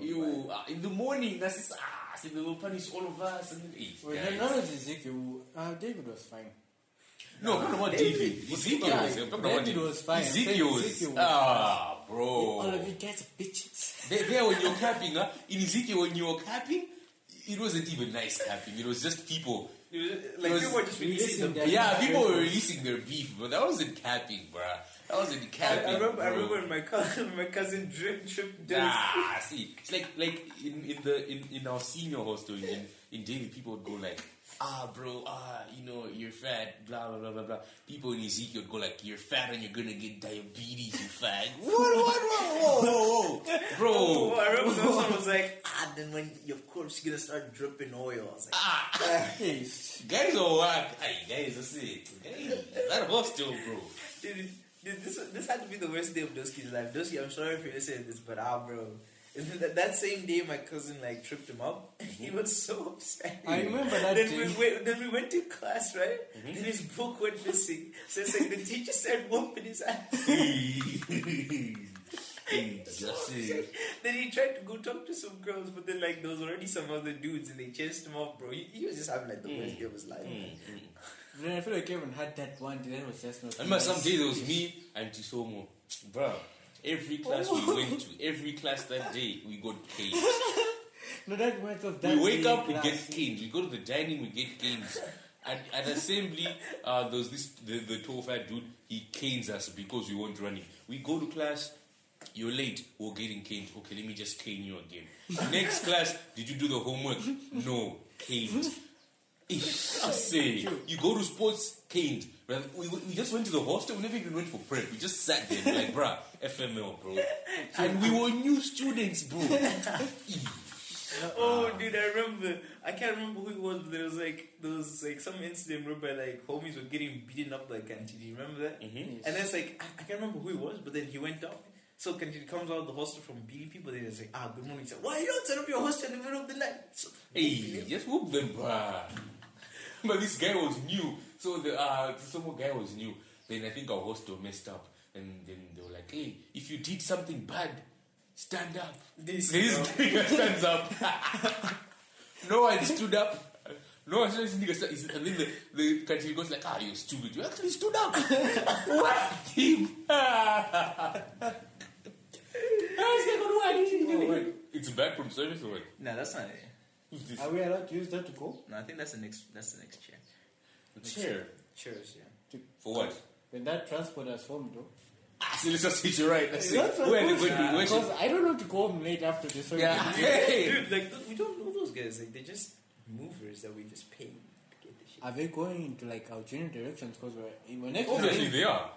Speaker 4: You ah, in the morning, that's it. Ah, so they will punish all of us. And then, eh,
Speaker 2: Well,
Speaker 4: guys.
Speaker 2: none of Ezekiel, uh, David was fine.
Speaker 4: No, I'm talking about David. Ezekiel.
Speaker 2: Yeah,
Speaker 4: I'm talking about
Speaker 2: David was fine. Oh. I'm saying
Speaker 4: Ezekiel's.
Speaker 2: Ezekiel was
Speaker 4: Ah,
Speaker 2: All
Speaker 4: bro.
Speaker 2: of you guys are bitches.
Speaker 4: There, there when you're capping, huh? in Ezekiel, when you were capping, it wasn't even nice capping. It was just people.
Speaker 1: Like
Speaker 4: was-
Speaker 1: people were just releasing
Speaker 2: Listen,
Speaker 1: them.
Speaker 2: guys.
Speaker 4: Yeah, people were releasing their beef, but that wasn't capping, bruh. That wasn't
Speaker 1: I,
Speaker 4: capping.
Speaker 1: I remember, I
Speaker 4: bro.
Speaker 1: remember when my cousin, my cousin drip trip did.
Speaker 4: Nah, see, it's like like in, in the in, in our senior hostel in in David, people would go like, ah, bro, ah, you know, you're fat, blah blah blah blah blah. People in Ezekiel would go like, you're fat and you're gonna get diabetes, you fag. What? What? Whoa, whoa, whoa,
Speaker 1: Oh,
Speaker 4: bro.
Speaker 1: I remember someone was like, ah, then when your coat's gonna start dripping oil. I was like,
Speaker 2: Yes.
Speaker 4: Guys are whack. Hey, guys, that's it. Hey, that hostel, bro.
Speaker 1: dude, dude, this, this had to be the worst day of Doski's life. Doski, I'm sorry for you saying this, but ah, bro. That, that same day, my cousin like tripped him up. He was so upset.
Speaker 2: I remember that
Speaker 1: then
Speaker 2: day.
Speaker 1: We went, then we went to class, right? Then his book went missing. So it's like the teacher said, "Whoop in his ass."
Speaker 4: Hey, that's it.
Speaker 1: then he tried to go talk to some girls, but then like there was already some other dudes, and they chased him off, bro. He, he was just having like the worst day of his
Speaker 4: Mm.
Speaker 1: life.
Speaker 4: Hmm.
Speaker 2: Then I feel like everyone had that one day that was just not.
Speaker 4: I remember
Speaker 2: nice.
Speaker 4: some day there was me and Chisomo. Bro, every class we went to, every class that day, we got caned.
Speaker 2: No, that reminds of that.
Speaker 4: We wake
Speaker 2: day
Speaker 4: up, we
Speaker 2: class.
Speaker 4: get caned. We go to the dining, we get caned. At, at assembly, uh, there was this the, the tall fat dude. He canes us because we weren't running. We go to class. You're late. We're getting caned. Okay, let me just cane you again. Next class, did you do the homework? No, caned. I say, you go to sports, caned. Right? We, we just went to the hostel. We never even went for prep. We just sat there, like, bruh, FML, bro. And we were new students, bro.
Speaker 1: Oh, dude, I remember. I can't remember who it was, but there was like there was like some incident whereby like homies were getting beaten up by Kanti. Do you remember that? Mm-hmm. And then it's like I, I can't remember who it was, but then he went down. So Kanti comes out of the hostel from BDP, but then it's like, ah, good morning. He's like, why you don't set up your hostel in the middle of the night? So,
Speaker 4: Hey, just whoop them, bruh. but this guy was new. So the uh, some more guy was new. Then I think our hostel messed up. And then they were like, hey, if you did something bad, stand up.
Speaker 1: This-
Speaker 4: this nigga stands up. no one stood up. No one this nigga stand- is- And then the, the country goes like, ah, you're stupid. You actually stood up. what? Him? Ah, it's like, what? You didn't do it. It's back from service or what?
Speaker 1: no, that's not it.
Speaker 4: Who's this?
Speaker 2: Are we allowed to use that to go?
Speaker 1: No, I think that's the next. That's the next chair.
Speaker 4: Chair.
Speaker 1: Cheers, yeah.
Speaker 4: For what?
Speaker 2: When that transport us home, though.
Speaker 4: Ah, see, let's just hit you right. That's it.
Speaker 2: That's what
Speaker 4: Where are they
Speaker 2: goes-
Speaker 4: going to where
Speaker 2: Because
Speaker 4: should-
Speaker 2: I don't know to go home late after this. so
Speaker 4: Yeah.
Speaker 2: we-
Speaker 4: Hey.
Speaker 1: Dude, like th- we don't know those guys. Like they're just movers that we just pay to get the shit.
Speaker 2: Are they going into like our general directions? Because we're, we're next
Speaker 4: Obviously,
Speaker 2: time,
Speaker 4: they are.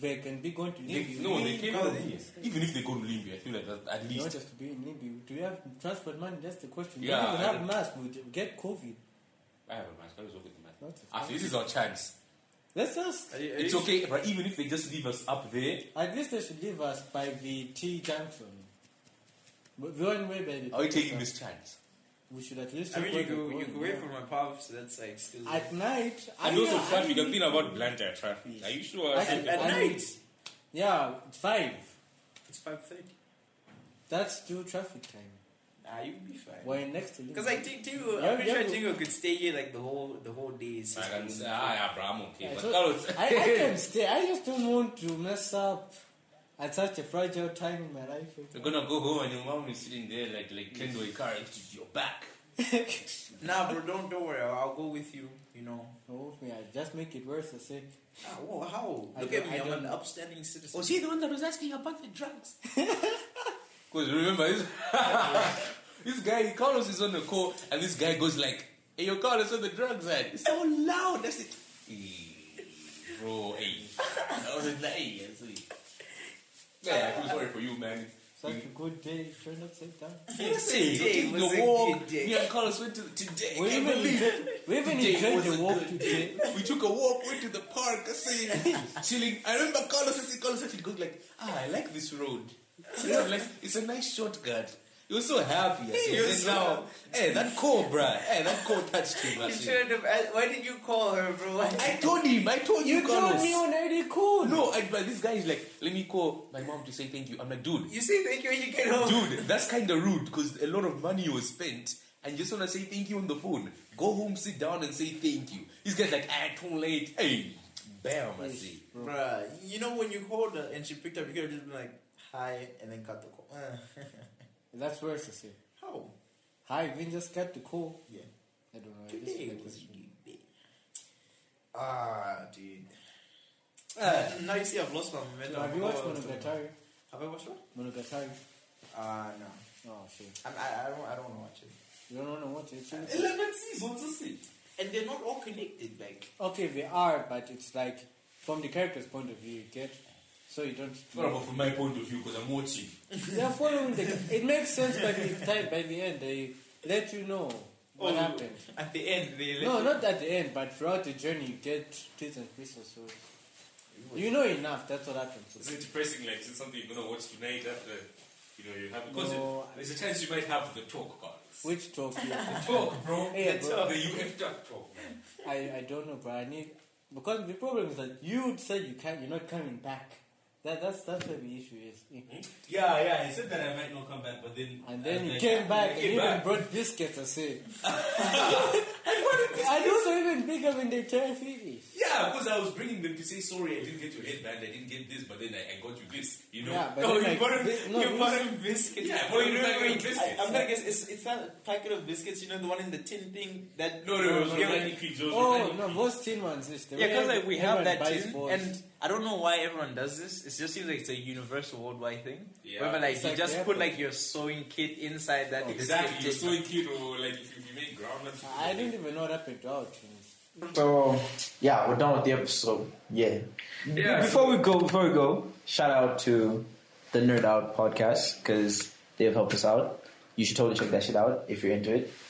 Speaker 2: they can be going to
Speaker 4: Oh, They,
Speaker 2: Libya.
Speaker 4: no, they came
Speaker 1: No,
Speaker 4: from
Speaker 1: they-
Speaker 4: Libya. Even if they go to Libya, I feel like that at
Speaker 2: We
Speaker 4: least.
Speaker 2: want us to be in Libya. Do we have transport money? That's the question.
Speaker 4: Yeah,
Speaker 2: we
Speaker 4: I
Speaker 2: don't even have
Speaker 4: don't-
Speaker 2: masks. We ju- get COVID.
Speaker 4: I have a mask. I was open to mask.
Speaker 2: What the
Speaker 4: Actually, this is our chance.
Speaker 2: Let's ask.
Speaker 1: Are you- are
Speaker 4: It's
Speaker 1: you-
Speaker 4: okay, but even if they just leave us up there,
Speaker 2: At least they should leave us by the T junction. But the only way by the
Speaker 4: are we
Speaker 2: T junction.
Speaker 4: taking this chance?
Speaker 2: We should at least.
Speaker 1: I mean, you
Speaker 2: check where
Speaker 1: go, you
Speaker 2: we're going,
Speaker 1: go away
Speaker 2: yeah.
Speaker 1: from my pops. So that's like still.
Speaker 2: At night.
Speaker 4: And
Speaker 2: I
Speaker 4: also
Speaker 2: know, I
Speaker 4: traffic.
Speaker 2: mean-
Speaker 4: I've been about Blantyre traffic. Are you sure?
Speaker 2: I can-
Speaker 1: at
Speaker 2: I mean-
Speaker 1: night.
Speaker 2: Yeah, five.
Speaker 1: It's five thirty.
Speaker 2: That's still traffic time.
Speaker 1: Nah, you'll be fine.
Speaker 2: We're next to Libya.
Speaker 1: Because like T- Tingo,
Speaker 2: Yeah,
Speaker 1: I'm pretty
Speaker 2: yeah,
Speaker 1: sure
Speaker 2: but-
Speaker 1: Tingo could stay here like the whole the whole day.
Speaker 4: I can
Speaker 1: since-
Speaker 4: say, ah, yeah, bro, I'm okay.
Speaker 2: Yeah,
Speaker 4: But
Speaker 2: so
Speaker 4: that was-
Speaker 2: I, I can stay. I just don't want to mess up at such a fragile time in my life.
Speaker 4: You're gonna go home and your mom is sitting there like like Kendo Ikari to your back.
Speaker 1: Nah, bro, don't don't worry. I'll, I'll go with you. You know.
Speaker 2: Oh, yeah, just make it worse. I say,
Speaker 1: Ah, whoa, how?
Speaker 2: I
Speaker 1: Look
Speaker 2: don't-
Speaker 1: at
Speaker 2: I
Speaker 1: me. I'm an
Speaker 2: don't-
Speaker 1: upstanding citizen.
Speaker 5: Oh,
Speaker 4: he Oh, the one that was asking about the drugs? Because remember, this, this guy, Carlos is on the call, and this guy goes like, hey, yo, Carlos, where the drugs at? It's so loud. That's it. Hey, bro, hey. That was a hey, I see. Yeah, I feel sorry for you, man.
Speaker 2: such a good day, it turned upside down.
Speaker 4: Yes, hey,
Speaker 1: Today
Speaker 4: taking
Speaker 1: was a
Speaker 4: the
Speaker 1: good
Speaker 4: walk.
Speaker 1: day.
Speaker 4: Me and Carlos went to the, today.
Speaker 2: We
Speaker 4: Can't
Speaker 2: even
Speaker 4: believe it.
Speaker 2: enjoyed, we even
Speaker 4: Today
Speaker 2: enjoyed
Speaker 4: was
Speaker 2: the
Speaker 4: a
Speaker 2: walk
Speaker 4: good
Speaker 2: today.
Speaker 4: we took a walk, went to the park, I say, chilling. I remember Carlos said, Carlos actually goes like, ah, I like this road. It's, a nice- it's a nice shortcut. He was so
Speaker 5: He
Speaker 4: happy. He
Speaker 5: was
Speaker 4: was
Speaker 5: so
Speaker 4: now, hey, that call, bruh. Hey, that call touched him. I
Speaker 5: You
Speaker 4: said.
Speaker 5: should have. asked- uh, Why did you call her, bro?
Speaker 4: I told him. I told you,
Speaker 2: You told
Speaker 4: Carlos.
Speaker 2: me on already cool.
Speaker 4: No, I, but this guy is like, let me call my mom to say thank you. I'm like, dude,
Speaker 5: You say thank you when you get home.
Speaker 4: dude, that's kind of rude because a lot of money was spent. And just wanna say thank you on the phone. Go home, sit down, and say thank you. This guy's like, ah, too late. Hey, bam, I see.
Speaker 1: Bruh, you know when you called her and she picked up, you could have just been like, hi, and then cut the call.
Speaker 2: That's worse to say.
Speaker 1: How?
Speaker 2: Hi, Vin just cut the call.
Speaker 1: Yeah.
Speaker 2: I don't know. I just feel
Speaker 1: Today
Speaker 2: like
Speaker 1: was
Speaker 2: this-
Speaker 1: good day. Ah, dude. Uh, now you see I've lost my momentum.
Speaker 2: Have you watched
Speaker 1: Oh,
Speaker 2: Monogatari?
Speaker 1: Have I watched one?
Speaker 2: Monogatari?
Speaker 1: Uh, no.
Speaker 2: Oh, shit.
Speaker 1: I'm, I, I don't, I don't want to watch it.
Speaker 2: You don't want to watch it? It's-
Speaker 1: 11 seasons, is it? And they're not all connected, like.
Speaker 2: Okay, they are, but it's like from the character's point of view, you get. So you don't.
Speaker 4: from my point of view, because I'm watching.
Speaker 2: They're following the. It makes sense by the time, by the end, they let you know what
Speaker 1: Oh.
Speaker 2: happened.
Speaker 1: At the end, they let
Speaker 2: No,
Speaker 1: you-
Speaker 2: not at the end, but throughout the journey, you get bits and pieces. So you know enough. That's what happens.
Speaker 4: Is it depressing? Like, is it something you're gonna watch tonight after you know you have?
Speaker 2: because No. it-
Speaker 4: there's a chance you might have the talk, Carlos.
Speaker 2: Which talk? Yeah,
Speaker 4: Talk, bro.
Speaker 2: yeah bro.
Speaker 4: The UF talk, man.
Speaker 2: I, I don't know, but I need because the problem is that you said you can't. You're not coming back. That that's that's where the issue is.
Speaker 4: Yeah, yeah. He said that I might not come back, but then
Speaker 2: And then you came back and even brought biscuits. I say. I those are even bigger than the cherry figgies.
Speaker 4: Yeah, because I was bringing them to say sorry. I didn't get your headband. I didn't get this, but then I, I got you this. You know. Oh,
Speaker 2: Yeah, but
Speaker 1: No,
Speaker 2: then,
Speaker 1: you
Speaker 2: like,
Speaker 1: bought
Speaker 2: this-
Speaker 1: him,
Speaker 2: no,
Speaker 1: you
Speaker 2: this-
Speaker 1: bought him biscuits.
Speaker 4: Yeah, I bought him a packet of biscuits.
Speaker 1: I, am not guess it's, it's that packet of biscuits, you know, the one in the tin thing that.
Speaker 4: no, no, it was
Speaker 1: Yeah,
Speaker 4: organic creeds. It was
Speaker 2: Oh
Speaker 4: organic
Speaker 2: no, those tin ones. This the
Speaker 5: Yeah,
Speaker 2: way
Speaker 5: because like we have
Speaker 2: everyone
Speaker 5: that
Speaker 2: buys
Speaker 5: tin,
Speaker 2: balls.
Speaker 5: and I don't know why everyone does this. It just seems like it's a universal worldwide thing.
Speaker 4: Yeah.
Speaker 5: Wherever like
Speaker 2: It's
Speaker 5: you
Speaker 2: like
Speaker 5: just
Speaker 2: the
Speaker 5: put
Speaker 2: Apple.
Speaker 5: like your sewing kit inside that.
Speaker 4: Oh, Exactly. You're
Speaker 5: biscuit
Speaker 4: so
Speaker 5: tin.
Speaker 4: cute, or like if you, if you make groundnuts.
Speaker 2: I didn't even know what happened to our tins.
Speaker 1: So yeah, we're done with the episode. Yeah.
Speaker 4: Yeah.
Speaker 1: Before we go, before we go, shout out to the Nerd Out podcast because they've helped us out. You should totally check that shit out if you're into it.